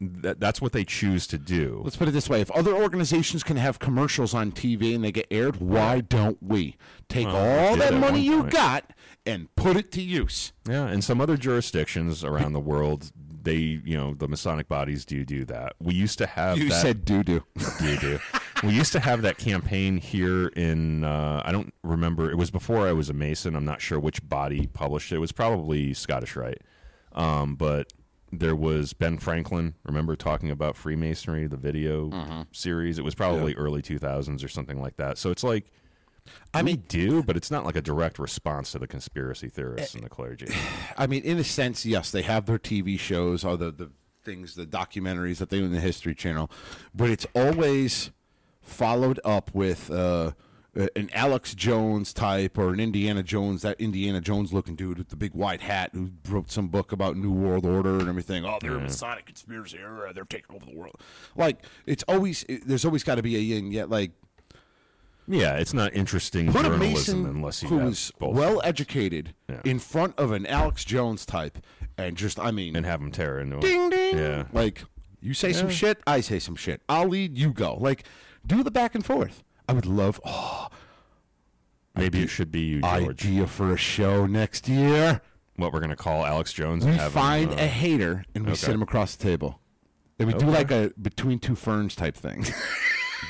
Speaker 1: That, that's what they choose to do.
Speaker 2: Let's put it this way: if other organizations can have commercials on TV and they get aired, why don't we take all
Speaker 1: did
Speaker 2: that
Speaker 1: at
Speaker 2: money
Speaker 1: one
Speaker 2: you
Speaker 1: point.
Speaker 2: got and put it to use?
Speaker 1: Yeah, and some other jurisdictions around the world, they you know the Masonic bodies do do that. We used to have
Speaker 2: You
Speaker 1: that
Speaker 2: said doo doo.
Speaker 1: do do. We used to have that campaign here in uh, I don't remember. It was before I was a Mason. I'm not sure which body published it. It was probably Scottish Rite, um, but there was Ben Franklin. Remember talking about Freemasonry, the video
Speaker 2: Mm-hmm.
Speaker 1: series. It was probably early 2000s or something like that. So it's like.
Speaker 2: I
Speaker 1: we
Speaker 2: mean-
Speaker 1: do, but it's not like a direct response to the conspiracy theorists
Speaker 2: Eh,
Speaker 1: and the clergy.
Speaker 2: I mean, in a sense, yes, they have their TV shows, or the, the things, the documentaries that they do on the History Channel, but it's always followed up with uh, an Alex Jones type or an Indiana Jones, that Indiana Jones looking dude with the big white hat who wrote some book about New World Order and everything. Oh,
Speaker 1: Mm-hmm.
Speaker 2: they're a Masonic conspiracy, or they're taking over the world. Like, it's always, it- there's always got to be a yin, yet, like,
Speaker 1: Yeah, it's not interesting
Speaker 2: Put a
Speaker 1: journalism
Speaker 2: Mason
Speaker 1: unless you
Speaker 2: who
Speaker 1: have
Speaker 2: was
Speaker 1: both
Speaker 2: well educated
Speaker 1: Yeah.
Speaker 2: in front of an Alex Jones type, and just I mean,
Speaker 1: and have them tear into it.
Speaker 2: ding ding.
Speaker 1: Yeah.
Speaker 2: Like you say some shit, I say some shit. I'll lead, you go. Like do the back and forth. I would love oh,
Speaker 1: Maybe it should be you, George.
Speaker 2: idea for a show next year.
Speaker 1: what we're gonna call Alex Jones
Speaker 2: We
Speaker 1: and have
Speaker 2: find
Speaker 1: him, uh,
Speaker 2: a hater and we sit him across the table. And we do like a between two ferns type thing.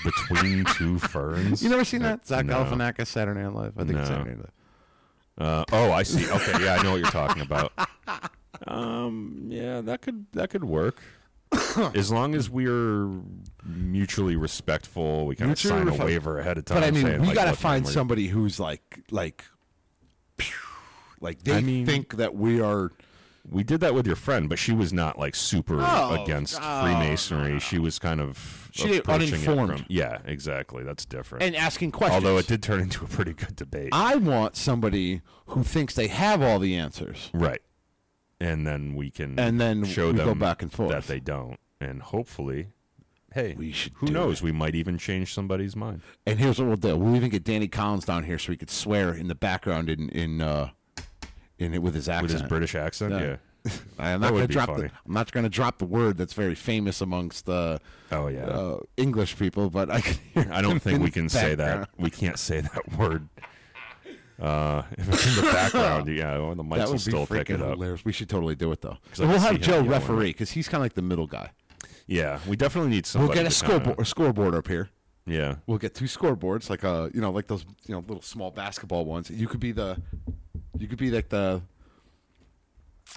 Speaker 1: between two ferns.
Speaker 2: you never seen that? Zach
Speaker 1: No.
Speaker 2: Galifianakis, Saturday Night Live. I think it's
Speaker 1: No.
Speaker 2: Saturday Night Live.
Speaker 1: Uh, oh, I see. Okay, yeah, I know what you're talking about. Um, yeah, that could that could work. As long as we're mutually respectful, we kind of
Speaker 2: Mutually
Speaker 1: sign
Speaker 2: respect-
Speaker 1: a waiver ahead of time.
Speaker 2: But I mean,
Speaker 1: saying,
Speaker 2: we
Speaker 1: like,
Speaker 2: gotta
Speaker 1: look,
Speaker 2: find
Speaker 1: we're-
Speaker 2: somebody who's like, like, like they
Speaker 1: I mean-
Speaker 2: think that we are
Speaker 1: We did that with your friend, but she was not like super
Speaker 2: Oh,
Speaker 1: against
Speaker 2: oh,
Speaker 1: Freemasonry. She was kind of
Speaker 2: She did
Speaker 1: approaching it
Speaker 2: uninformed.
Speaker 1: from- yeah, exactly. That's different.
Speaker 2: and asking questions.
Speaker 1: Although it did turn into a pretty good debate,
Speaker 2: I want somebody who thinks they have all the answers.
Speaker 1: right? And then we can
Speaker 2: And then
Speaker 1: show
Speaker 2: we
Speaker 1: them
Speaker 2: go back and forth.
Speaker 1: that they don't, and hopefully, hey,
Speaker 2: We should
Speaker 1: Who
Speaker 2: do
Speaker 1: knows? We might even change somebody's mind.
Speaker 2: And here's what we'll do: we'll even get Danny Collins down here so he could swear in the background in in uh, in it with his
Speaker 1: With
Speaker 2: accent.
Speaker 1: his British accent,
Speaker 2: Yeah.
Speaker 1: yeah.
Speaker 2: I'm not
Speaker 1: would
Speaker 2: going to
Speaker 1: be
Speaker 2: drop. The,
Speaker 1: funny.
Speaker 2: I'm not going to drop the word that's very famous amongst uh,
Speaker 1: Oh yeah.
Speaker 2: uh, English people, but I can hear
Speaker 1: I don't think we can say
Speaker 2: background.
Speaker 1: that. We can't say that word. Uh, if it's in the background, yeah, well, the mics
Speaker 2: that
Speaker 1: will
Speaker 2: would be
Speaker 1: still pick
Speaker 2: freaking
Speaker 1: it up.
Speaker 2: hilarious. We should totally do it though.
Speaker 1: I
Speaker 2: And we'll
Speaker 1: can
Speaker 2: have
Speaker 1: see him
Speaker 2: Joe
Speaker 1: yelling.
Speaker 2: referee because he's kind of like the middle guy.
Speaker 1: Yeah, we definitely need
Speaker 2: We'll
Speaker 1: somebody.
Speaker 2: get a
Speaker 1: to kinda-
Speaker 2: scoreboard, a scoreboard up here.
Speaker 1: Yeah,
Speaker 2: We'll get two scoreboards, like uh, you know, like those you know little small basketball ones. You could be the, you could be like the,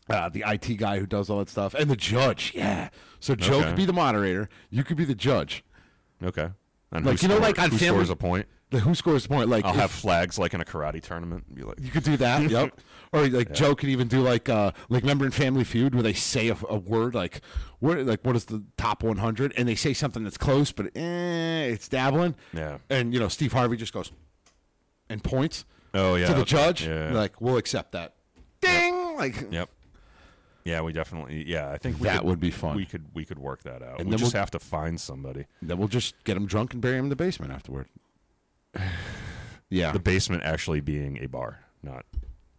Speaker 2: uh, the IT guy who does all that stuff, and the judge. Yeah. So Joe
Speaker 1: Okay.
Speaker 2: could be the moderator. You could be the judge.
Speaker 1: okay. And
Speaker 2: Like,
Speaker 1: who
Speaker 2: you know,
Speaker 1: scored-
Speaker 2: like, on
Speaker 1: who
Speaker 2: Family-
Speaker 1: scores a point.
Speaker 2: The who scores the point? Like
Speaker 1: I'll
Speaker 2: if-
Speaker 1: have flags like in a karate tournament. And be like,
Speaker 2: you could do that. yep. Or like Joe could even do like uh like remember in Family Feud where they say a, a word like where like what is the top 100 and they say something that's close but eh, it's dabbling.
Speaker 1: Yeah.
Speaker 2: And you know Steve Harvey just goes and points.
Speaker 1: oh yeah,
Speaker 2: to the
Speaker 1: okay.
Speaker 2: judge.
Speaker 1: Yeah.
Speaker 2: Like, we'll accept that. Ding! Like,
Speaker 1: yep. Yeah, we definitely. Yeah, I think we
Speaker 2: That
Speaker 1: could-
Speaker 2: would be fun.
Speaker 1: We could we could work that out.
Speaker 2: And
Speaker 1: we
Speaker 2: then
Speaker 1: just
Speaker 2: we'll-
Speaker 1: have to find somebody.
Speaker 2: then we'll just get him drunk and bury him in the basement afterward. Yeah.
Speaker 1: The basement actually being a bar, not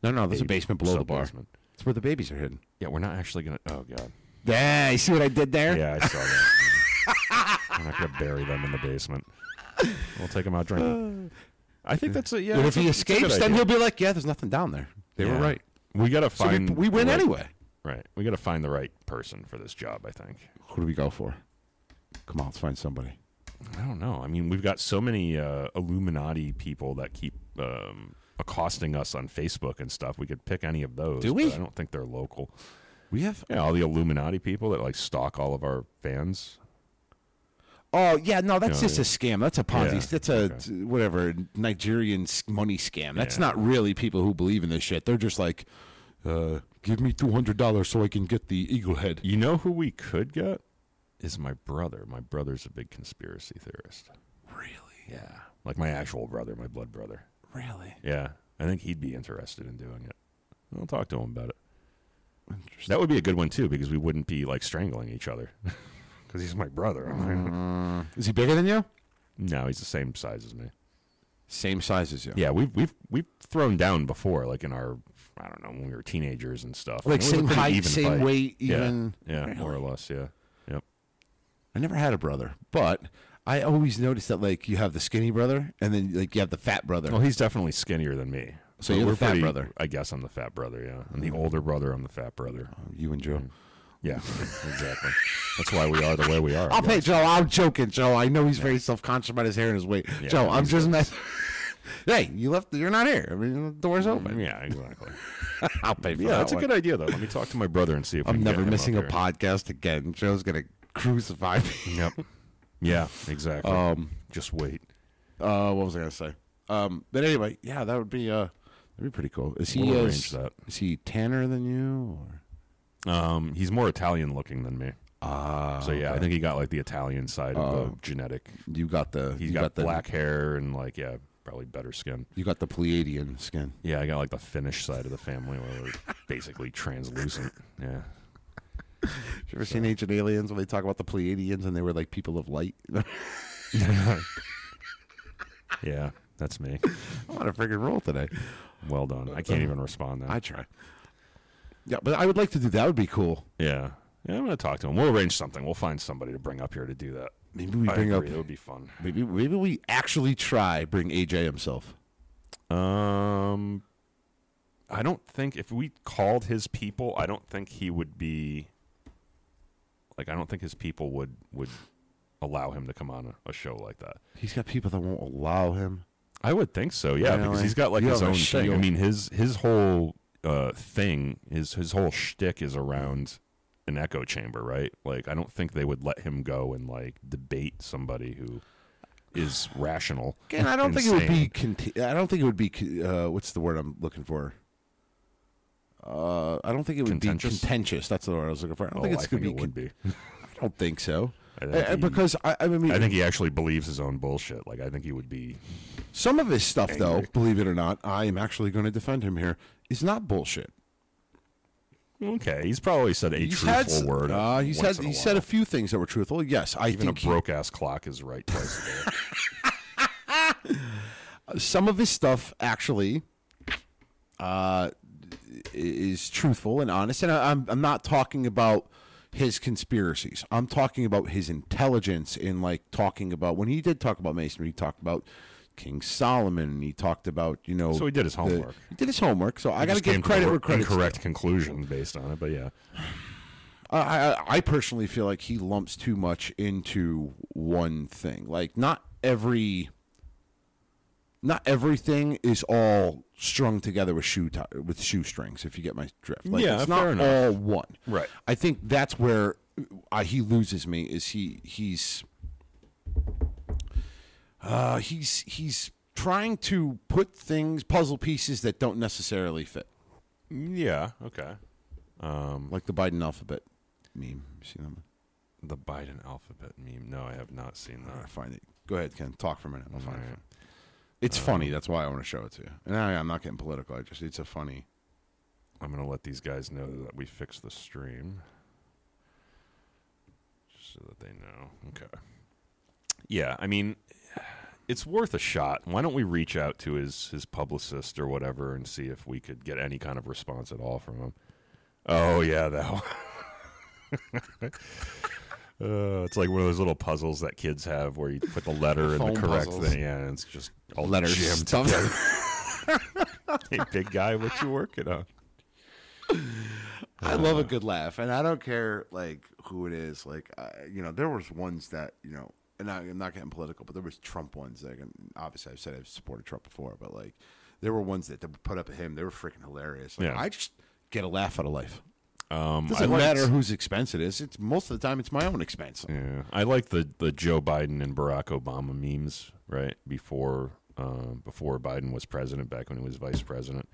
Speaker 2: no, no, there's a basement below the bar.
Speaker 1: sub-basement.
Speaker 2: It's where the babies are hidden.
Speaker 1: Yeah, we're not actually gonna. Oh god.
Speaker 2: Yeah, you see what I did there?
Speaker 1: Yeah, I saw that. I'm not gonna bury them in the basement. We'll take them out drinking. I think that's it. Yeah.
Speaker 2: And if
Speaker 1: that's a-
Speaker 2: he
Speaker 1: that's a good
Speaker 2: escapes, then
Speaker 1: idea.
Speaker 2: he'll be like, yeah, there's nothing down there. They were
Speaker 1: Yeah.
Speaker 2: right.
Speaker 1: We gotta
Speaker 2: So we,
Speaker 1: find.
Speaker 2: we
Speaker 1: the
Speaker 2: win
Speaker 1: right-
Speaker 2: anyway.
Speaker 1: Right. We gotta find the right person for this job. I think.
Speaker 2: Who do we go for? Come on, let's find somebody.
Speaker 1: I don't know. I mean, we've got so many uh, Illuminati people that keep um, accosting us on Facebook and stuff. We could pick any of those.
Speaker 2: Do
Speaker 1: but
Speaker 2: we?
Speaker 1: I don't think they're local.
Speaker 2: We have.
Speaker 1: Yeah, all the Illuminati people that like stalk all of our fans.
Speaker 2: Oh yeah, no, that's
Speaker 1: Yeah,
Speaker 2: just a scam. That's a Ponzi.
Speaker 1: Yeah,
Speaker 2: That's a t- whatever Nigerian s- money scam. That's not really people who believe in this shit. They're just like, uh, give me two hundred dollars so I can get the eagle head.
Speaker 1: You know who we could get is my brother. My brother's a big conspiracy theorist.
Speaker 2: Really,
Speaker 1: Yeah, like my actual brother, my blood brother.
Speaker 2: really
Speaker 1: Yeah, I think he'd be interested in doing it. I'll talk to him about it.
Speaker 2: interesting.
Speaker 1: That would be a good one too, because we wouldn't be like strangling each other. Because he's my brother.
Speaker 2: Is he bigger than you?
Speaker 1: no, he's the same size as me.
Speaker 2: Same size as you.
Speaker 1: Yeah, we've we've we've thrown down before, like in our I don't know when we were teenagers and stuff. And it
Speaker 2: like
Speaker 1: was a
Speaker 2: same
Speaker 1: pretty
Speaker 2: height,
Speaker 1: even
Speaker 2: same
Speaker 1: fight.
Speaker 2: weight,
Speaker 1: Yeah,
Speaker 2: even.
Speaker 1: yeah, more or less, yeah, yep.
Speaker 2: I never had a brother, but I always noticed that like you have the skinny brother and then like you have the fat brother.
Speaker 1: Well, he's definitely skinnier than me. But
Speaker 2: So you're the
Speaker 1: we're
Speaker 2: fat
Speaker 1: pretty-
Speaker 2: brother. Mm.
Speaker 1: I guess I'm the fat brother. Yeah, I'm the older brother. I'm the fat brother.
Speaker 2: you and Joe.
Speaker 1: Yeah, exactly. That's why we are the way we are. I
Speaker 2: I'll
Speaker 1: guess.
Speaker 2: pay Joe. I'm joking, Joe. I know he's very self-conscious about his hair and his weight. Joe, I'm just messing. hey, you left. You're not here. I mean, the door's open.
Speaker 1: Yeah, exactly.
Speaker 2: Mm, I'll pay for
Speaker 1: Yeah,
Speaker 2: that.
Speaker 1: that's a
Speaker 2: one.
Speaker 1: good idea though. Let me talk to my brother and see if we
Speaker 2: I'm
Speaker 1: can get
Speaker 2: never
Speaker 1: him
Speaker 2: missing a
Speaker 1: up
Speaker 2: podcast again. Joe's gonna crucify me.
Speaker 1: here. Yep. Yeah, exactly.
Speaker 2: Um,
Speaker 1: Just wait.
Speaker 2: Uh, what was I gonna say? Um, but anyway, yeah, that would be uh, that'd be pretty cool. Is he
Speaker 1: We'll
Speaker 2: uh,
Speaker 1: arrange that.
Speaker 2: is he tanner than you or?
Speaker 1: Um, he's more Italian looking than me.
Speaker 2: Ah,
Speaker 1: So yeah, I think he got like the Italian side of
Speaker 2: Oh.
Speaker 1: the genetic.
Speaker 2: you got the
Speaker 1: He's
Speaker 2: you
Speaker 1: got,
Speaker 2: the
Speaker 1: black hair and like yeah, probably better skin.
Speaker 2: You got the Pleiadian skin.
Speaker 1: Yeah, I got like the Finnish side of the family where we're basically translucent. Yeah.
Speaker 2: You ever seen Ancient Aliens when they talk about the Pleiadians and they were like people of light? I
Speaker 1: Yeah, that's me.
Speaker 2: am on a freaking roll today.
Speaker 1: Well done. I can't even respond now.
Speaker 2: I try. Yeah, but I would like to do that. Would be cool.
Speaker 1: yeah. Yeah, I'm gonna talk to him. We'll arrange something. We'll find somebody to bring up here to do that.
Speaker 2: Maybe we
Speaker 1: I
Speaker 2: bring up.
Speaker 1: agree. it would be fun.
Speaker 2: Maybe maybe we actually try bring AJ himself.
Speaker 1: Um, I don't think if we called his people, I don't think he would be. Like, I don't think his people would would allow him to come on a, a show like that.
Speaker 2: He's got people that won't allow him.
Speaker 1: I would think so, yeah,
Speaker 2: Really?
Speaker 1: because he's got like
Speaker 2: You
Speaker 1: his
Speaker 2: have a
Speaker 1: own thing. I
Speaker 2: shield.
Speaker 1: mean, his his whole uh thing, his his whole shtick is around an echo chamber, right? Like, I don't think they would let him go and like debate somebody who is rational.
Speaker 2: Again, I don't
Speaker 1: and
Speaker 2: think it would
Speaker 1: sane.
Speaker 2: be. Conti- I don't think it would be. co- Uh, what's the word I'm looking for? Uh, I don't think it would
Speaker 1: Contentious?
Speaker 2: be contentious. That's the word I was looking for. I don't
Speaker 1: Oh,
Speaker 2: think it's
Speaker 1: I
Speaker 2: going
Speaker 1: think
Speaker 2: to
Speaker 1: it
Speaker 2: be.
Speaker 1: would
Speaker 2: Con-
Speaker 1: be.
Speaker 2: I don't think so.
Speaker 1: I think
Speaker 2: Uh,
Speaker 1: he-
Speaker 2: because I, I mean,
Speaker 1: I think he actually believes his own bullshit. Like I think he would be.
Speaker 2: some of his stuff, though,
Speaker 1: Angry.
Speaker 2: believe it or not, I am actually going to defend him here. Is not bullshit.
Speaker 1: Okay, he's probably said a
Speaker 2: he's
Speaker 1: truthful
Speaker 2: had s-
Speaker 1: word.
Speaker 2: Uh, he's
Speaker 1: once
Speaker 2: had
Speaker 1: in
Speaker 2: he
Speaker 1: a
Speaker 2: said
Speaker 1: while.
Speaker 2: a few things that were truthful. Yes, I
Speaker 1: even a
Speaker 2: think he-
Speaker 1: broke ass clock is right twice a day.
Speaker 2: some of his stuff actually uh, is truthful and honest. And I, I'm I'm not talking about his conspiracies. I'm talking about his intelligence in like talking about when he did talk about masonry. He talked about King Solomon. and He talked about you know.
Speaker 1: So he did his
Speaker 2: the-
Speaker 1: homework.
Speaker 2: he did his homework. So I got to
Speaker 1: Just
Speaker 2: give
Speaker 1: came
Speaker 2: credit
Speaker 1: to
Speaker 2: where credit's due.
Speaker 1: incorrect conclusions based on it, but yeah,
Speaker 2: I, I I personally feel like he lumps too much into one thing. Like not every, not everything is all strung together with shoe ti with shoestrings. If you get my drift, like,
Speaker 1: Yeah,
Speaker 2: it's
Speaker 1: fair
Speaker 2: not
Speaker 1: enough.
Speaker 2: all one.
Speaker 1: Right.
Speaker 2: I think that's where I, he loses me. Is he he's uh, he's he's trying to put things puzzle pieces that don't necessarily fit, Mm,
Speaker 1: yeah, okay.
Speaker 2: like the Biden alphabet meme. You see that? one?
Speaker 1: The Biden alphabet meme. No, I have not seen
Speaker 2: All right,
Speaker 1: that.
Speaker 2: find it. Go ahead, Ken. Talk for a minute. I'll find
Speaker 1: All
Speaker 2: it.
Speaker 1: right.
Speaker 2: It's funny. That's why I want to show it to you. And I, I'm not getting political. I just it's a funny.
Speaker 1: I'm gonna let these guys know that we fixed the stream, just so that they know. Okay. Yeah, I mean, it's worth a shot. Why don't we reach out to his his publicist or whatever and see if we could get any kind of response at all from him? Oh yeah, that. One. Uh, it's like one of those little puzzles that kids have where you put the letter in the
Speaker 2: Phone
Speaker 1: correct
Speaker 2: puzzles.
Speaker 1: thing. Yeah, and it's just all
Speaker 2: Letters
Speaker 1: jammed
Speaker 2: stuff.
Speaker 1: together. hey, big guy, what you working on?
Speaker 2: I love a good laugh, and I don't care like who it is. Like uh, you know, there was ones that you know, and I, I'm not getting political, but there was Trump ones that and obviously I've said I've supported Trump before, but like there were ones that they put up at him. They were freaking hilarious. Like,
Speaker 1: Yeah.
Speaker 2: I just get a laugh out of life.
Speaker 1: Um,
Speaker 2: Doesn't
Speaker 1: I liked-
Speaker 2: matter whose expense it is. It's most of the time it's my own expense.
Speaker 1: Yeah, I like the the Joe Biden and Barack Obama memes. Right before uh, before Biden was president, back when he was vice president.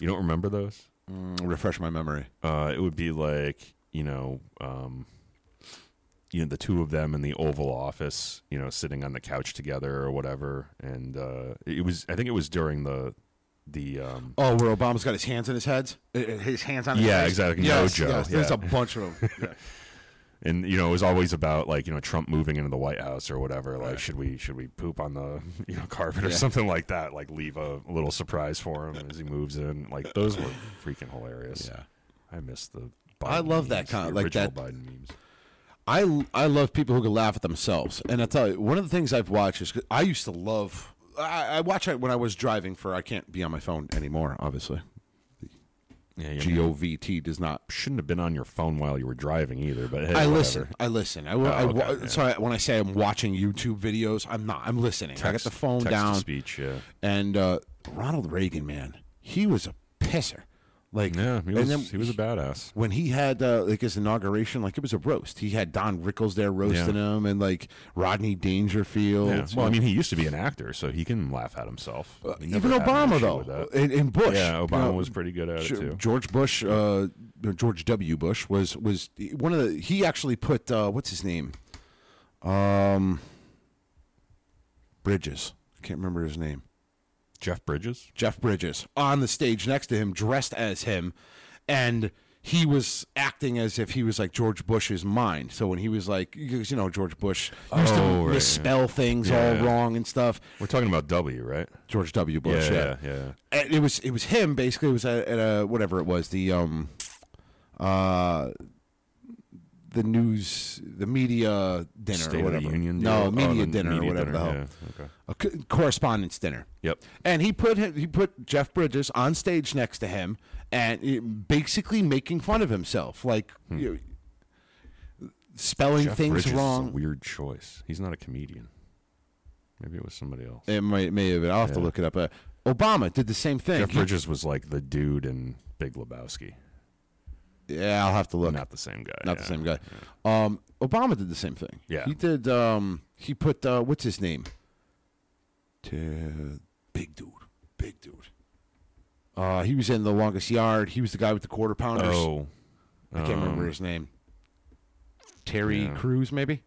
Speaker 1: You don't remember those?
Speaker 2: Mm, refresh my memory.
Speaker 1: Uh, it would be like you know, um, you know, the two of them in the Oval Office, you know, sitting on the couch together or whatever. And uh, it was, I think, it was during the the um,
Speaker 2: Oh, where Obama's got his hands in his heads, Uh, uh, his hands on. His
Speaker 1: Yeah,
Speaker 2: heads?
Speaker 1: exactly. No
Speaker 2: Yes,
Speaker 1: Joe,
Speaker 2: yes, There's
Speaker 1: yeah.
Speaker 2: a bunch of them. Yeah.
Speaker 1: and you know it was always about like you know Trump moving into the White House or whatever. Like, should we should we poop on the you know carpet or something like that? Like, leave a little surprise for him as he moves in. Like, those were freaking hilarious.
Speaker 2: Yeah.
Speaker 1: I miss the. Biden
Speaker 2: I love that
Speaker 1: memes,
Speaker 2: kind
Speaker 1: the
Speaker 2: of- like
Speaker 1: original
Speaker 2: that-
Speaker 1: Biden memes.
Speaker 2: I I love people who can laugh at themselves, and I tell you, one of the things I've watched is 'cause I used to love. I, I watch it when I was driving for. I can't be on my phone anymore, obviously.
Speaker 1: Yeah, you
Speaker 2: G O V T does not.
Speaker 1: shouldn't have been on your phone while you were driving either. But hey,
Speaker 2: I
Speaker 1: whatever.
Speaker 2: listen. I listen. I, wa- I wa-
Speaker 1: okay, yeah.
Speaker 2: so I, when I say I'm watching YouTube videos, I'm not. I'm listening. I got the phone
Speaker 1: text to
Speaker 2: down.
Speaker 1: Speech. Yeah.
Speaker 2: And uh, Ronald Reagan, man, he was a pisser. Like
Speaker 1: Yeah, he
Speaker 2: and
Speaker 1: was,
Speaker 2: then
Speaker 1: he was a badass.
Speaker 2: when he had uh, like his inauguration, like it was a roast. He had Don Rickles there roasting him, and like Rodney Dangerfield.
Speaker 1: Yeah.
Speaker 2: you
Speaker 1: Well, I
Speaker 2: know.
Speaker 1: mean, he used to be an actor, so he can laugh at himself. He never
Speaker 2: Uh, even
Speaker 1: had an
Speaker 2: Obama
Speaker 1: issue with
Speaker 2: though,
Speaker 1: that.
Speaker 2: and, and Bush.
Speaker 1: Yeah,
Speaker 2: you
Speaker 1: Obama
Speaker 2: know,
Speaker 1: was pretty good at it
Speaker 2: Ge-
Speaker 1: too.
Speaker 2: George Bush, uh, no, George W. Bush was was one of the. He actually put uh, what's his name, um, Bridges. I can't remember his name.
Speaker 1: Jeff Bridges.
Speaker 2: Jeff Bridges on the stage next to him, dressed as him, and he was acting as if he was like George Bush's mind. So when he was like, because you know George Bush used
Speaker 1: Oh,
Speaker 2: to
Speaker 1: right,
Speaker 2: misspell things
Speaker 1: Yeah.
Speaker 2: all wrong and stuff.
Speaker 1: We're talking about W, right?
Speaker 2: George W. Bush, yeah,
Speaker 1: yeah, yeah.
Speaker 2: And it was it was him basically. It was at, at a whatever it was the um, uh, the news, the media dinner,
Speaker 1: State
Speaker 2: or
Speaker 1: of the
Speaker 2: whatever.
Speaker 1: Union.
Speaker 2: no,
Speaker 1: deal?
Speaker 2: media
Speaker 1: Oh, the
Speaker 2: dinner
Speaker 1: media
Speaker 2: or whatever the hell,
Speaker 1: dinner, yeah, okay.
Speaker 2: a co- correspondence dinner.
Speaker 1: Yep.
Speaker 2: And he put he put Jeff Bridges on stage next to him, and it- basically making fun of himself, like you know, spelling
Speaker 1: Hmm. Jeff
Speaker 2: things
Speaker 1: Bridges
Speaker 2: wrong.
Speaker 1: Is a weird choice. He's not a comedian. Maybe it was somebody else.
Speaker 2: it might may have been. I'll have to
Speaker 1: Yeah.
Speaker 2: look it up. Uh, Obama did the same thing.
Speaker 1: Jeff
Speaker 2: He-
Speaker 1: Bridges was like the dude in Big Lebowski.
Speaker 2: yeah, I'll have to look.
Speaker 1: Not the same guy.
Speaker 2: Not the
Speaker 1: yeah.
Speaker 2: same guy. Um, Obama did the same thing.
Speaker 1: Yeah.
Speaker 2: he did. Um, he put uh, what's his name? To big dude, big dude. Uh, he was in the longest yard. He was the guy with the quarter pounders.
Speaker 1: Oh,
Speaker 2: I can't remember his name. Terry
Speaker 1: yeah.
Speaker 2: Crews, maybe.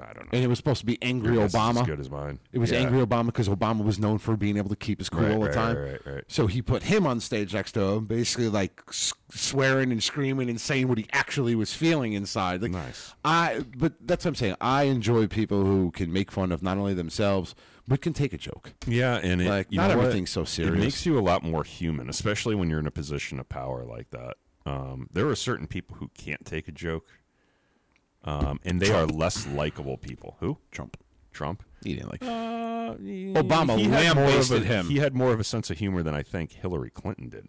Speaker 1: I don't know.
Speaker 2: And it was supposed to be angry
Speaker 1: Your guess is
Speaker 2: Obama.
Speaker 1: as good as mine.
Speaker 2: It was
Speaker 1: Yeah.
Speaker 2: angry Obama because Obama was known for being able to keep his cool
Speaker 1: Right,
Speaker 2: all the
Speaker 1: right,
Speaker 2: time.
Speaker 1: right, right, right.
Speaker 2: So he put him on stage next to him, basically like s- swearing and screaming and saying what he actually was feeling inside. Like,
Speaker 1: Nice.
Speaker 2: I, but that's what I'm saying. I enjoy people who can make fun of not only themselves but can take a joke.
Speaker 1: Yeah, and it,
Speaker 2: Like,
Speaker 1: you
Speaker 2: not
Speaker 1: know what?
Speaker 2: everything's so serious.
Speaker 1: It makes you a lot more human, especially when you're in a position of power like that. Um, there are certain people who can't take a joke, um, and they are less likable people. Who?
Speaker 2: Trump,
Speaker 1: Trump.
Speaker 2: he didn't like.
Speaker 1: Uh, he-
Speaker 2: Obama
Speaker 1: he had more of a-
Speaker 2: lambasted him.
Speaker 1: He had more of a sense of humor than I think Hillary Clinton did.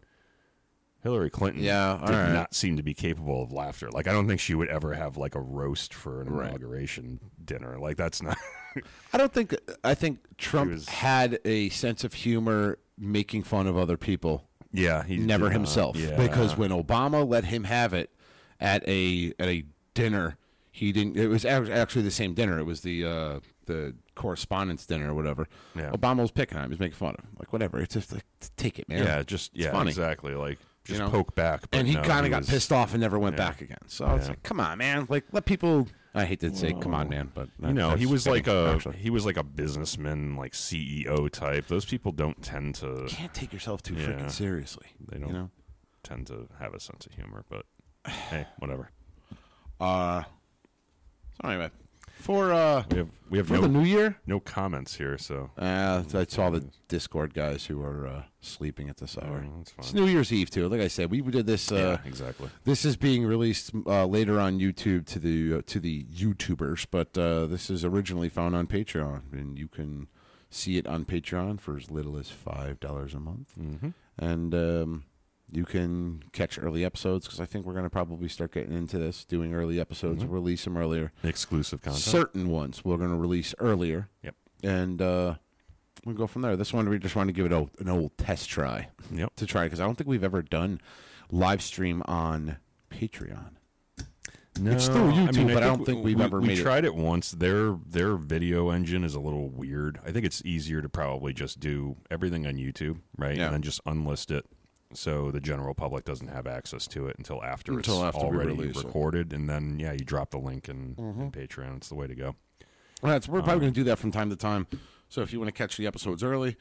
Speaker 1: Hillary Clinton
Speaker 2: Yeah, all
Speaker 1: did
Speaker 2: right.
Speaker 1: not seem to be capable of laughter. Like I don't think she would ever have like a roast for an inauguration dinner. Like that's not
Speaker 2: I don't think. I think Trump
Speaker 1: was-
Speaker 2: had a sense of humor making fun of other people,
Speaker 1: Yeah, he did
Speaker 2: never
Speaker 1: not.
Speaker 2: himself.
Speaker 1: Yeah.
Speaker 2: Because when Obama let him have it at a at a dinner, he didn't. It was ac- actually the same dinner. It was the uh, the correspondence dinner or whatever.
Speaker 1: Yeah.
Speaker 2: Obama was picking on him. He was making fun of him. Like whatever. It's just like take it, man.
Speaker 1: Yeah, just yeah,
Speaker 2: funny.
Speaker 1: exactly. Like just
Speaker 2: You know?
Speaker 1: poke back. but
Speaker 2: and he
Speaker 1: no,
Speaker 2: kind of got
Speaker 1: was-
Speaker 2: pissed off and never went back again. So it's
Speaker 1: Yeah.
Speaker 2: like, come on, man. Like, let people. I hate to say, come on, man, but
Speaker 1: You know, he
Speaker 2: that's
Speaker 1: was like
Speaker 2: fitting,
Speaker 1: a
Speaker 2: actually.
Speaker 1: he was like a businessman, like CEO type. Those people don't tend to
Speaker 2: Can't take yourself too
Speaker 1: Yeah.
Speaker 2: freaking seriously.
Speaker 1: they don't
Speaker 2: You know.
Speaker 1: tend to have a sense of humor. But hey, whatever.
Speaker 2: Uh. So anyway, for uh,
Speaker 1: We have we have
Speaker 2: for
Speaker 1: no
Speaker 2: the new year,
Speaker 1: no comments here, so
Speaker 2: uh, I saw the Discord guys who are uh, sleeping at this hour.
Speaker 1: Mm, that's
Speaker 2: It's
Speaker 1: fine.
Speaker 2: New Year's Eve too. Like I said, we did this. Uh,
Speaker 1: yeah, exactly.
Speaker 2: This is being released uh, later on YouTube to the uh, to the YouTubers, but uh, this is originally found on Patreon, and you can see it on Patreon for as little as five dollars a month,
Speaker 1: Mm-hmm.
Speaker 2: and um, you can catch early episodes because I think we're going to probably start getting into this, doing early episodes, release them earlier.
Speaker 1: Exclusive content.
Speaker 2: Certain ones we're going to release earlier,
Speaker 1: Yep.
Speaker 2: and uh, we'll go from there. This one we just want to give it a, an old test try
Speaker 1: Yep.
Speaker 2: to try because I don't think we've ever done live stream on Patreon.
Speaker 1: No,
Speaker 2: It's through YouTube,
Speaker 1: mean,
Speaker 2: but I don't
Speaker 1: we-
Speaker 2: think we've
Speaker 1: we-
Speaker 2: ever
Speaker 1: we
Speaker 2: made it.
Speaker 1: tried it once. Their their video engine is a little weird. I think it's easier to probably just do everything on YouTube, right?
Speaker 2: Yeah.
Speaker 1: And then just unlist it so the general public doesn't have access to it until after
Speaker 2: Until
Speaker 1: it's
Speaker 2: after we
Speaker 1: already
Speaker 2: release it. Mm-hmm.
Speaker 1: recorded. And then yeah, you drop the link in, in Patreon. It's the way to go.
Speaker 2: Well, that's, we're
Speaker 1: Uh.
Speaker 2: probably going to do that from time to time. So if you want to catch the episodes early,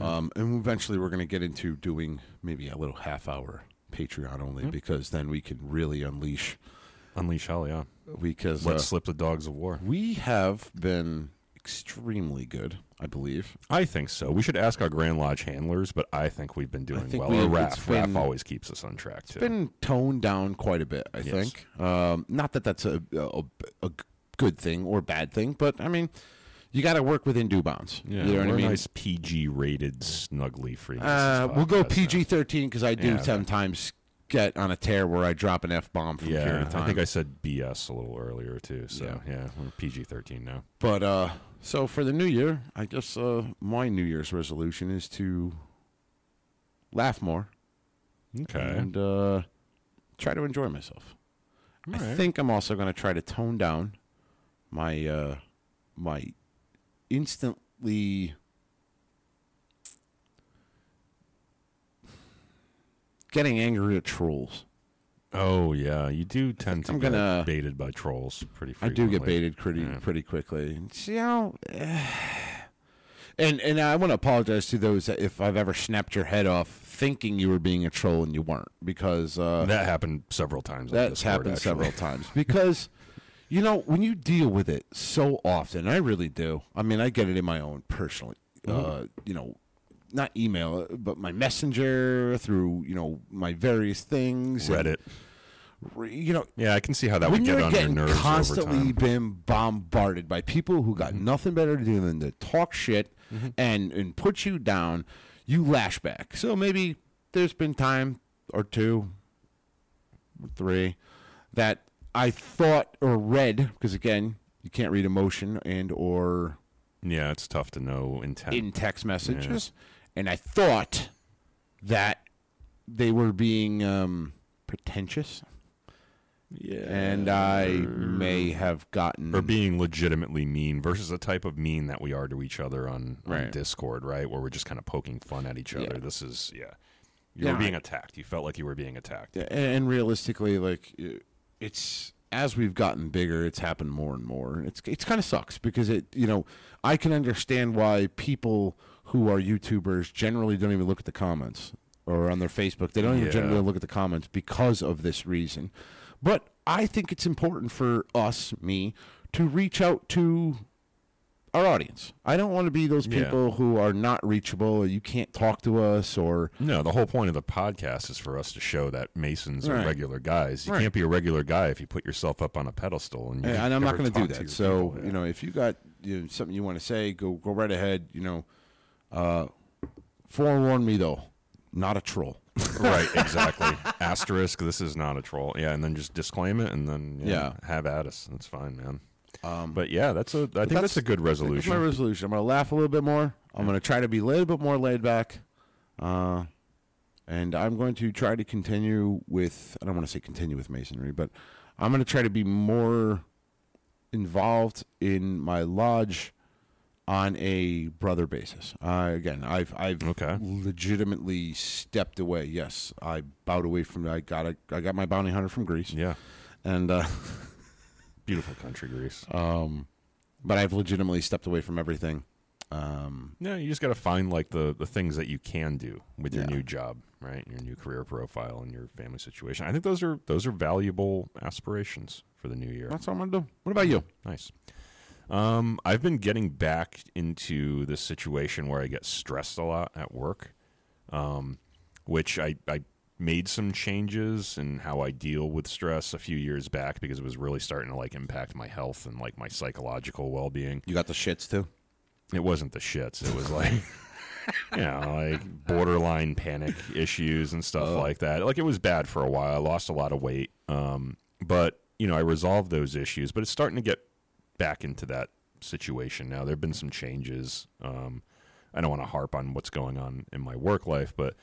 Speaker 2: um, and eventually we're going to get into doing maybe a little half hour Patreon
Speaker 1: Mm-hmm.
Speaker 2: only because then we can really unleash
Speaker 1: Unleash hell, yeah.
Speaker 2: because uh,
Speaker 1: Let's slip the dogs of war.
Speaker 2: we have been extremely good, I believe.
Speaker 1: I think so. We should ask our Grand Lodge handlers, but I think we've been doing
Speaker 2: think
Speaker 1: well.
Speaker 2: we-
Speaker 1: or
Speaker 2: it's
Speaker 1: Raph, Raph
Speaker 2: been-
Speaker 1: always keeps us on track too.
Speaker 2: It's been toned down quite a bit, I think. Um, not that that's a, a, a good thing or bad thing, but I mean, you got to work within due bounds.
Speaker 1: yeah,
Speaker 2: you know what
Speaker 1: we're
Speaker 2: I
Speaker 1: a
Speaker 2: mean?
Speaker 1: nice PG rated snugly free.
Speaker 2: Uh, we'll go
Speaker 1: podcast now.
Speaker 2: PG thirteen because I do
Speaker 1: Yeah, okay.
Speaker 2: sometimes get on a tear where I drop an F bomb from
Speaker 1: yeah,
Speaker 2: here to time.
Speaker 1: I think I said BS a little earlier too. So
Speaker 2: Yeah.
Speaker 1: yeah, we're PG thirteen now.
Speaker 2: but uh, so for the new year, I guess uh, my New Year's resolution is to laugh more and uh, try to enjoy myself. I
Speaker 1: Alright.
Speaker 2: think I'm also going to try to tone down my uh, my instantly getting angry at trolls.
Speaker 1: oh yeah, you do tend to
Speaker 2: I'm
Speaker 1: get
Speaker 2: gonna-
Speaker 1: baited by trolls pretty.
Speaker 2: I
Speaker 1: frequently.
Speaker 2: do get baited pretty
Speaker 1: Yeah.
Speaker 2: pretty quickly. See how. And and I want to apologize to those that if I've ever snapped your head off thinking you were being a troll and you weren't because uh,
Speaker 1: That happened several times. on
Speaker 2: that's
Speaker 1: Discord,
Speaker 2: happened
Speaker 1: actually.
Speaker 2: several times because you know when you deal with it so often i really do i mean i get it in my own personal
Speaker 1: Mm-hmm.
Speaker 2: uh, you know not email but my messenger through you know my various things and,
Speaker 1: Reddit.
Speaker 2: re- you know
Speaker 1: Yeah, I can see how that
Speaker 2: when
Speaker 1: would
Speaker 2: you're
Speaker 1: get on your
Speaker 2: getting
Speaker 1: nerves over
Speaker 2: constantly
Speaker 1: time. Mm-hmm.
Speaker 2: been bombarded by people who got nothing better to do than to talk shit and and put you down, you lash back. So maybe there's been time or two, or three, that I thought or read because again you can't read emotion and or
Speaker 1: Yeah, it's tough to know intent.
Speaker 2: in text messages, and I thought that they were being um, pretentious,
Speaker 1: yeah,
Speaker 2: and I may have gotten
Speaker 1: or being legitimately mean versus the type of mean that we are to each other on, on
Speaker 2: Right.
Speaker 1: Discord, right? Where we're just kind of poking fun at each
Speaker 2: Yeah.
Speaker 1: other. This is yeah. You
Speaker 2: Yeah,
Speaker 1: were being
Speaker 2: I-
Speaker 1: attacked. You felt like you were being attacked.
Speaker 2: Yeah, and and realistically, like it- it's as we've gotten bigger, it's happened more and more. And It's it's kind of sucks because it you know I can understand why people who are YouTubers generally don't even look at the comments or on their Facebook. They don't even
Speaker 1: Yeah.
Speaker 2: generally look at the comments because of this reason. But I think it's important for us, me, to reach out to our audience. I don't want to be those
Speaker 1: Yeah.
Speaker 2: people who are not reachable or you can't talk to us or
Speaker 1: No, the whole point of the podcast is for us to show that Masons are
Speaker 2: Right.
Speaker 1: regular guys. You
Speaker 2: Right.
Speaker 1: can't be a regular guy if you put yourself up on a pedestal. And, you
Speaker 2: Yeah, and I'm
Speaker 1: never
Speaker 2: not going to do
Speaker 1: talk to
Speaker 2: that.
Speaker 1: your
Speaker 2: So
Speaker 1: people.
Speaker 2: you know, if you got you know, something you want to say, go go right ahead. You know, uh, forewarn me though, not a troll.
Speaker 1: right, exactly. Asterisk. This is not a troll. Yeah, and then just disclaim it, and then yeah, have at us. That's fine, man.
Speaker 2: Um,
Speaker 1: But yeah, that's a. I think
Speaker 2: that's-
Speaker 1: that's, a good
Speaker 2: that's my
Speaker 1: resolution.
Speaker 2: resolution. I'm going to laugh a little bit more. I'm going to try to be a little bit more laid back, uh, and I'm going to try to continue with. I don't want to say continue with masonry, but I'm going to try to be more involved in my lodge on a brother basis. Uh, again, I've I've
Speaker 1: Okay.
Speaker 2: legitimately stepped away. Yes, I bowed away from. I got a, I got my bounty hunter from Greece,
Speaker 1: yeah,
Speaker 2: and uh,
Speaker 1: beautiful country, Greece.
Speaker 2: um, but I've legitimately stepped away from everything. Um,
Speaker 1: No, you just got to find like the the things that you can do with your
Speaker 2: Yeah.
Speaker 1: new job, right? Your new career profile and your family situation. I think those are those are valuable aspirations for the new year.
Speaker 2: that's all I'm gonna do. What about you?
Speaker 1: Nice. Um, I've been getting back into this situation where I get stressed a lot at work, um, which I, I made some changes in how I deal with stress a few years back because it was really starting to like impact my health and like my psychological well being
Speaker 2: You got the shits too.
Speaker 1: it wasn't the shits. It was like, you know, like borderline panic issues and
Speaker 2: Oh.
Speaker 1: stuff like that. Like it was bad for a while. I lost a lot of weight. Um, but you know, I resolved those issues. But it's starting to get back into that situation now. There have been some changes. Um, I don't want to harp on what's going on in my work life, but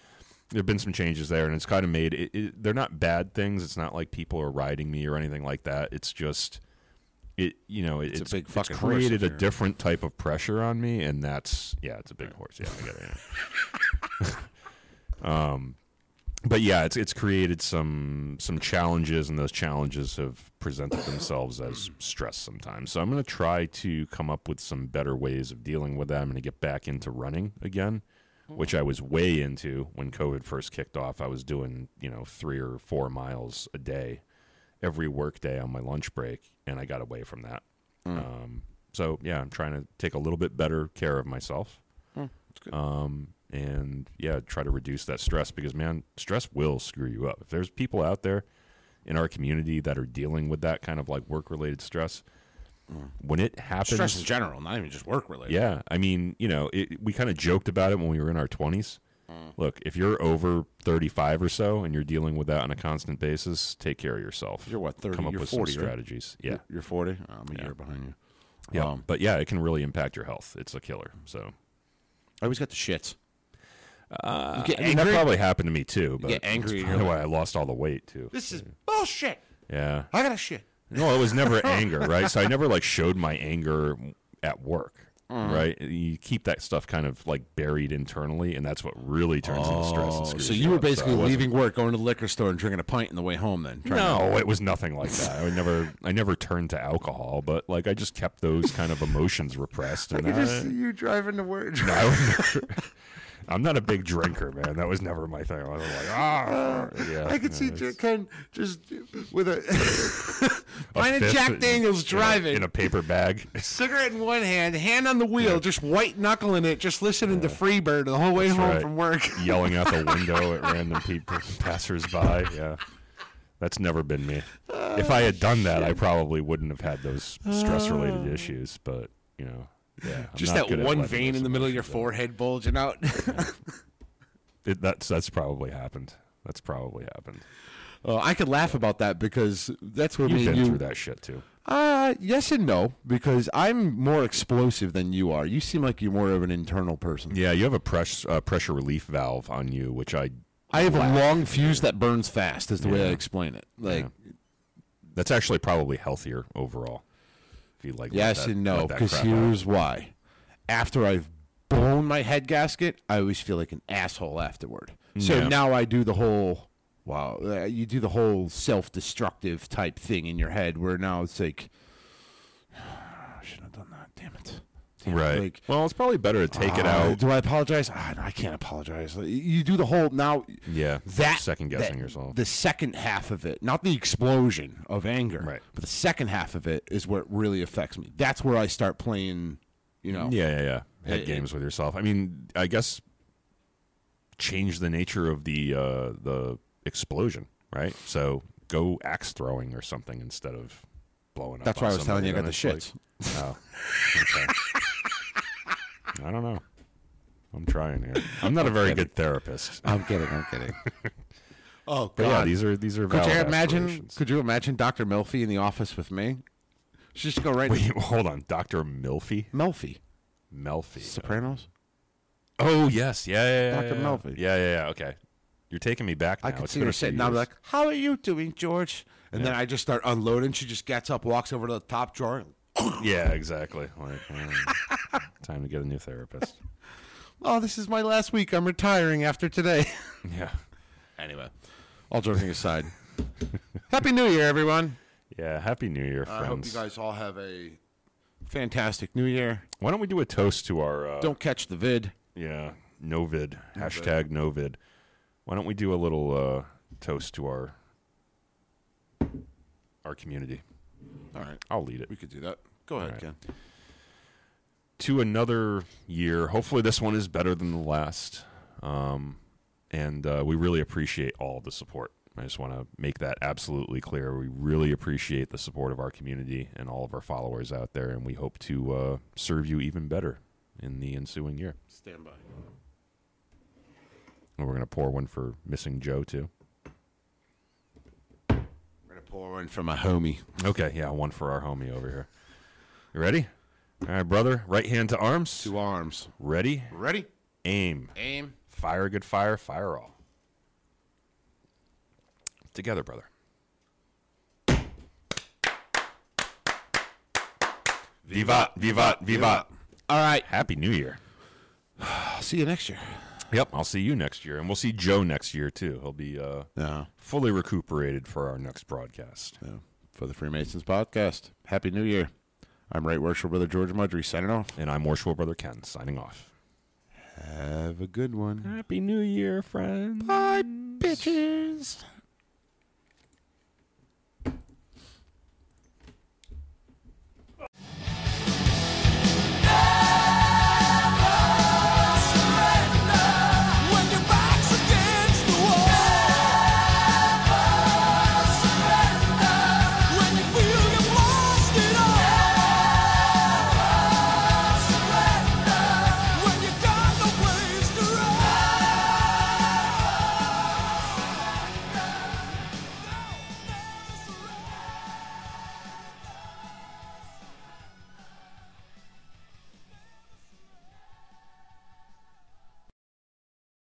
Speaker 1: there have been some changes there, and it's kind of made. It, it, they're not bad things. It's not like people are riding me or anything like that. It's just. It you know it,
Speaker 2: It's a
Speaker 1: it's,
Speaker 2: big
Speaker 1: it's
Speaker 2: fucking horse
Speaker 1: created
Speaker 2: if
Speaker 1: a
Speaker 2: you're-
Speaker 1: different type of pressure on me, and that's yeah, it's a big horse. Yeah, I get it. yeah. um, but yeah, it's it's created some some challenges, and those challenges have presented themselves as stress sometimes. So I'm going to try to come up with some better ways of dealing with that. I'm going to get back into running again, which I was way into when COVID first kicked off. I was doing you know three or four miles a day every work day on my lunch break, and I got away from that.
Speaker 2: Hmm.
Speaker 1: Um, so yeah, I'm trying to take a little bit better care of myself.
Speaker 2: Hmm. that's good.
Speaker 1: Um, and yeah, try to reduce that stress because man, stress will screw you up. If there's people out there in our community that are dealing with that kind of like work related stress, when it happens,
Speaker 2: Hmm. Stress in general, not even just work related.
Speaker 1: yeah, I mean, you know, it, we kind of joked about it when we were in our 20s.
Speaker 2: Mm.
Speaker 1: Look, if you're over 35 or so and you're dealing with that on a constant basis, take care of yourself.
Speaker 2: You're what, 30?
Speaker 1: Come up
Speaker 2: You're
Speaker 1: with
Speaker 2: 40,
Speaker 1: some
Speaker 2: right?
Speaker 1: strategies. Yeah.
Speaker 2: You're- You're 40. Oh, I'm a year behind you.
Speaker 1: Yeah.
Speaker 2: Um,
Speaker 1: but yeah, it can really impact your health. It's a killer. So
Speaker 2: I always got the shits. Uh,
Speaker 1: I mean, that probably happened to me too. But
Speaker 2: get angry
Speaker 1: That's
Speaker 2: and you're
Speaker 1: probably why I lost all the weight too.
Speaker 2: This is bullshit.
Speaker 1: Yeah.
Speaker 2: I got a shit.
Speaker 1: No, it was never anger, right? So I never like showed my anger at work,
Speaker 2: Mm.
Speaker 1: right? You keep that stuff kind of like buried internally, and that's what really turns into stress. And
Speaker 2: Oh, so
Speaker 1: screws
Speaker 2: you were
Speaker 1: up. So I
Speaker 2: basically
Speaker 1: wasn't-
Speaker 2: leaving work, going to the liquor store, and drinking a pint on the way home. Then trying
Speaker 1: No, it was nothing like that. I would never, I never turned to alcohol, but like I just kept those kind of emotions repressed. And that-
Speaker 2: you driving to work.
Speaker 1: I would never, I'm not a big drinker, man. That was never my thing. I was like, ah, yeah.
Speaker 2: Uh, I could see
Speaker 1: no,
Speaker 2: Jack Ken just with a
Speaker 1: a
Speaker 2: pint of
Speaker 1: fist
Speaker 2: Jack
Speaker 1: in-
Speaker 2: Daniels
Speaker 1: in a-
Speaker 2: driving,
Speaker 1: in a paper bag.
Speaker 2: cigarette in one hand, hand on the wheel, just white knuckling it, just listening to Freebird the whole way home
Speaker 1: right.
Speaker 2: from work.
Speaker 1: yelling out the window at random people, passersby. Yeah, that's never been me. If I had done that, I probably wouldn't have had those stress-related issues. But you know, yeah, I'm
Speaker 2: Ah. Just
Speaker 1: not
Speaker 2: that
Speaker 1: good at
Speaker 2: one
Speaker 1: letting
Speaker 2: vein
Speaker 1: those
Speaker 2: in the middle of your
Speaker 1: emotions out.
Speaker 2: forehead bulging out.
Speaker 1: It, that's that's probably happened. That's probably happened.
Speaker 2: Oh, I could laugh about that because that's where
Speaker 1: You've
Speaker 2: me and
Speaker 1: been
Speaker 2: you.
Speaker 1: through that shit too.
Speaker 2: Uh, yes and no because I'm more explosive than you are. You seem like you're more of an internal person.
Speaker 1: Yeah, you have a press, uh, pressure relief valve on you, which I.
Speaker 2: I have a long fuse that burns fast. Is the way I explain it. Like
Speaker 1: That's actually probably healthier overall. If you like, let
Speaker 2: Yes
Speaker 1: that-
Speaker 2: and no,
Speaker 1: let that
Speaker 2: because
Speaker 1: crap out.
Speaker 2: here's why. After I've blown my head gasket, I always feel like an asshole afterward So
Speaker 1: Yeah.
Speaker 2: now I do the whole wow. uh, You do the whole self-destructive type thing in your head, where now it's like, I shouldn't have done that. Damn it. Damn it,
Speaker 1: Right.
Speaker 2: Like,
Speaker 1: well, it's probably better to take it
Speaker 2: "Ah,
Speaker 1: out.
Speaker 2: Do I apologize? Ah, no, I can't apologize. Like, You do the whole now
Speaker 1: Yeah.
Speaker 2: that
Speaker 1: second
Speaker 2: that-
Speaker 1: guessing yourself.
Speaker 2: The second half of it, not the explosion of anger,
Speaker 1: Right.
Speaker 2: But the second half of it is what really affects me. That's where I start playing, you know.
Speaker 1: Yeah, yeah, yeah. Head
Speaker 2: It-
Speaker 1: games with yourself. I mean, I guess change the nature of the uh, the explosion, right? So go axe throwing or something instead of blowing up.
Speaker 2: That's
Speaker 1: on
Speaker 2: why I was telling you I got the
Speaker 1: somebody, then
Speaker 2: shits.
Speaker 1: it's like- oh, okay. I don't know. I'm trying here. I'm not a very good therapist.
Speaker 2: I'm kidding. I'm kidding. oh
Speaker 1: But yeah,
Speaker 2: God!
Speaker 1: these are these are
Speaker 2: could
Speaker 1: valid
Speaker 2: you imagine?
Speaker 1: aspirations.
Speaker 2: Could you imagine Doctor Melfi in the office with me? She'd just go right.
Speaker 1: Wait, hold on, Doctor Milfy,
Speaker 2: Melfi,
Speaker 1: Melfi.
Speaker 2: Sopranos.
Speaker 1: Oh yes, yeah, yeah, yeah,
Speaker 2: Dr.
Speaker 1: yeah.
Speaker 2: Melfi.
Speaker 1: Yeah, yeah, yeah. Okay, you're taking me back. Now.
Speaker 2: I could
Speaker 1: It's
Speaker 2: see
Speaker 1: been
Speaker 2: her
Speaker 1: a few
Speaker 2: sitting down
Speaker 1: years.
Speaker 2: like, "How are you doing, George?" And then I just start unloading. She just gets up, walks over to the top drawer. And,
Speaker 1: Yeah, exactly. Like, mm, time to get a new therapist.
Speaker 2: oh, this is my last week. I'm retiring after today.
Speaker 1: Yeah,
Speaker 2: Anyway, all joking aside, Happy New Year, everyone.
Speaker 1: yeah. Happy New Year, friends.
Speaker 2: I hope you guys all have a fantastic New Year.
Speaker 1: Why don't we do a toast to our? Uh,
Speaker 2: Don't catch the vid.
Speaker 1: Yeah, Novid hashtag Novid. Why don't we do a little uh, toast to our our community?
Speaker 2: All right,
Speaker 1: I'll lead it
Speaker 2: we could do that. Go ahead, Ken.
Speaker 1: to another year. Hopefully, this one is better than the last. Um, and uh, we really appreciate all the support. I just want to make that absolutely clear. We really appreciate the support of our community and all of our followers out there, and we hope to uh, serve you even better in the ensuing year.
Speaker 2: Stand by.
Speaker 1: And we're going to pour one for missing Joe too.
Speaker 2: We're gonna pour one from a homie.
Speaker 1: Okay, yeah, one for our homie over here. You ready? All right, brother. Right hand to arms.
Speaker 2: Two arms.
Speaker 1: Ready?
Speaker 2: Ready?
Speaker 1: Aim.
Speaker 2: Aim.
Speaker 1: Fire, good fire, fire all. Together, brother. Vivat, vivat, vivat.
Speaker 2: All right.
Speaker 1: Happy New Year.
Speaker 2: I'll see you next year.
Speaker 1: Yep, I'll see you next year, and we'll see Joe next year too. He'll be uh,
Speaker 2: No,
Speaker 1: fully recuperated for our next broadcast.
Speaker 2: no. For the Freemasons podcast. Happy New Year. I'm Right Worship Brother George Mudry signing off.
Speaker 1: And I'm Warshua Brother Ken, signing off.
Speaker 2: Have a good one.
Speaker 1: Happy New Year, friends.
Speaker 2: Bye, bitches.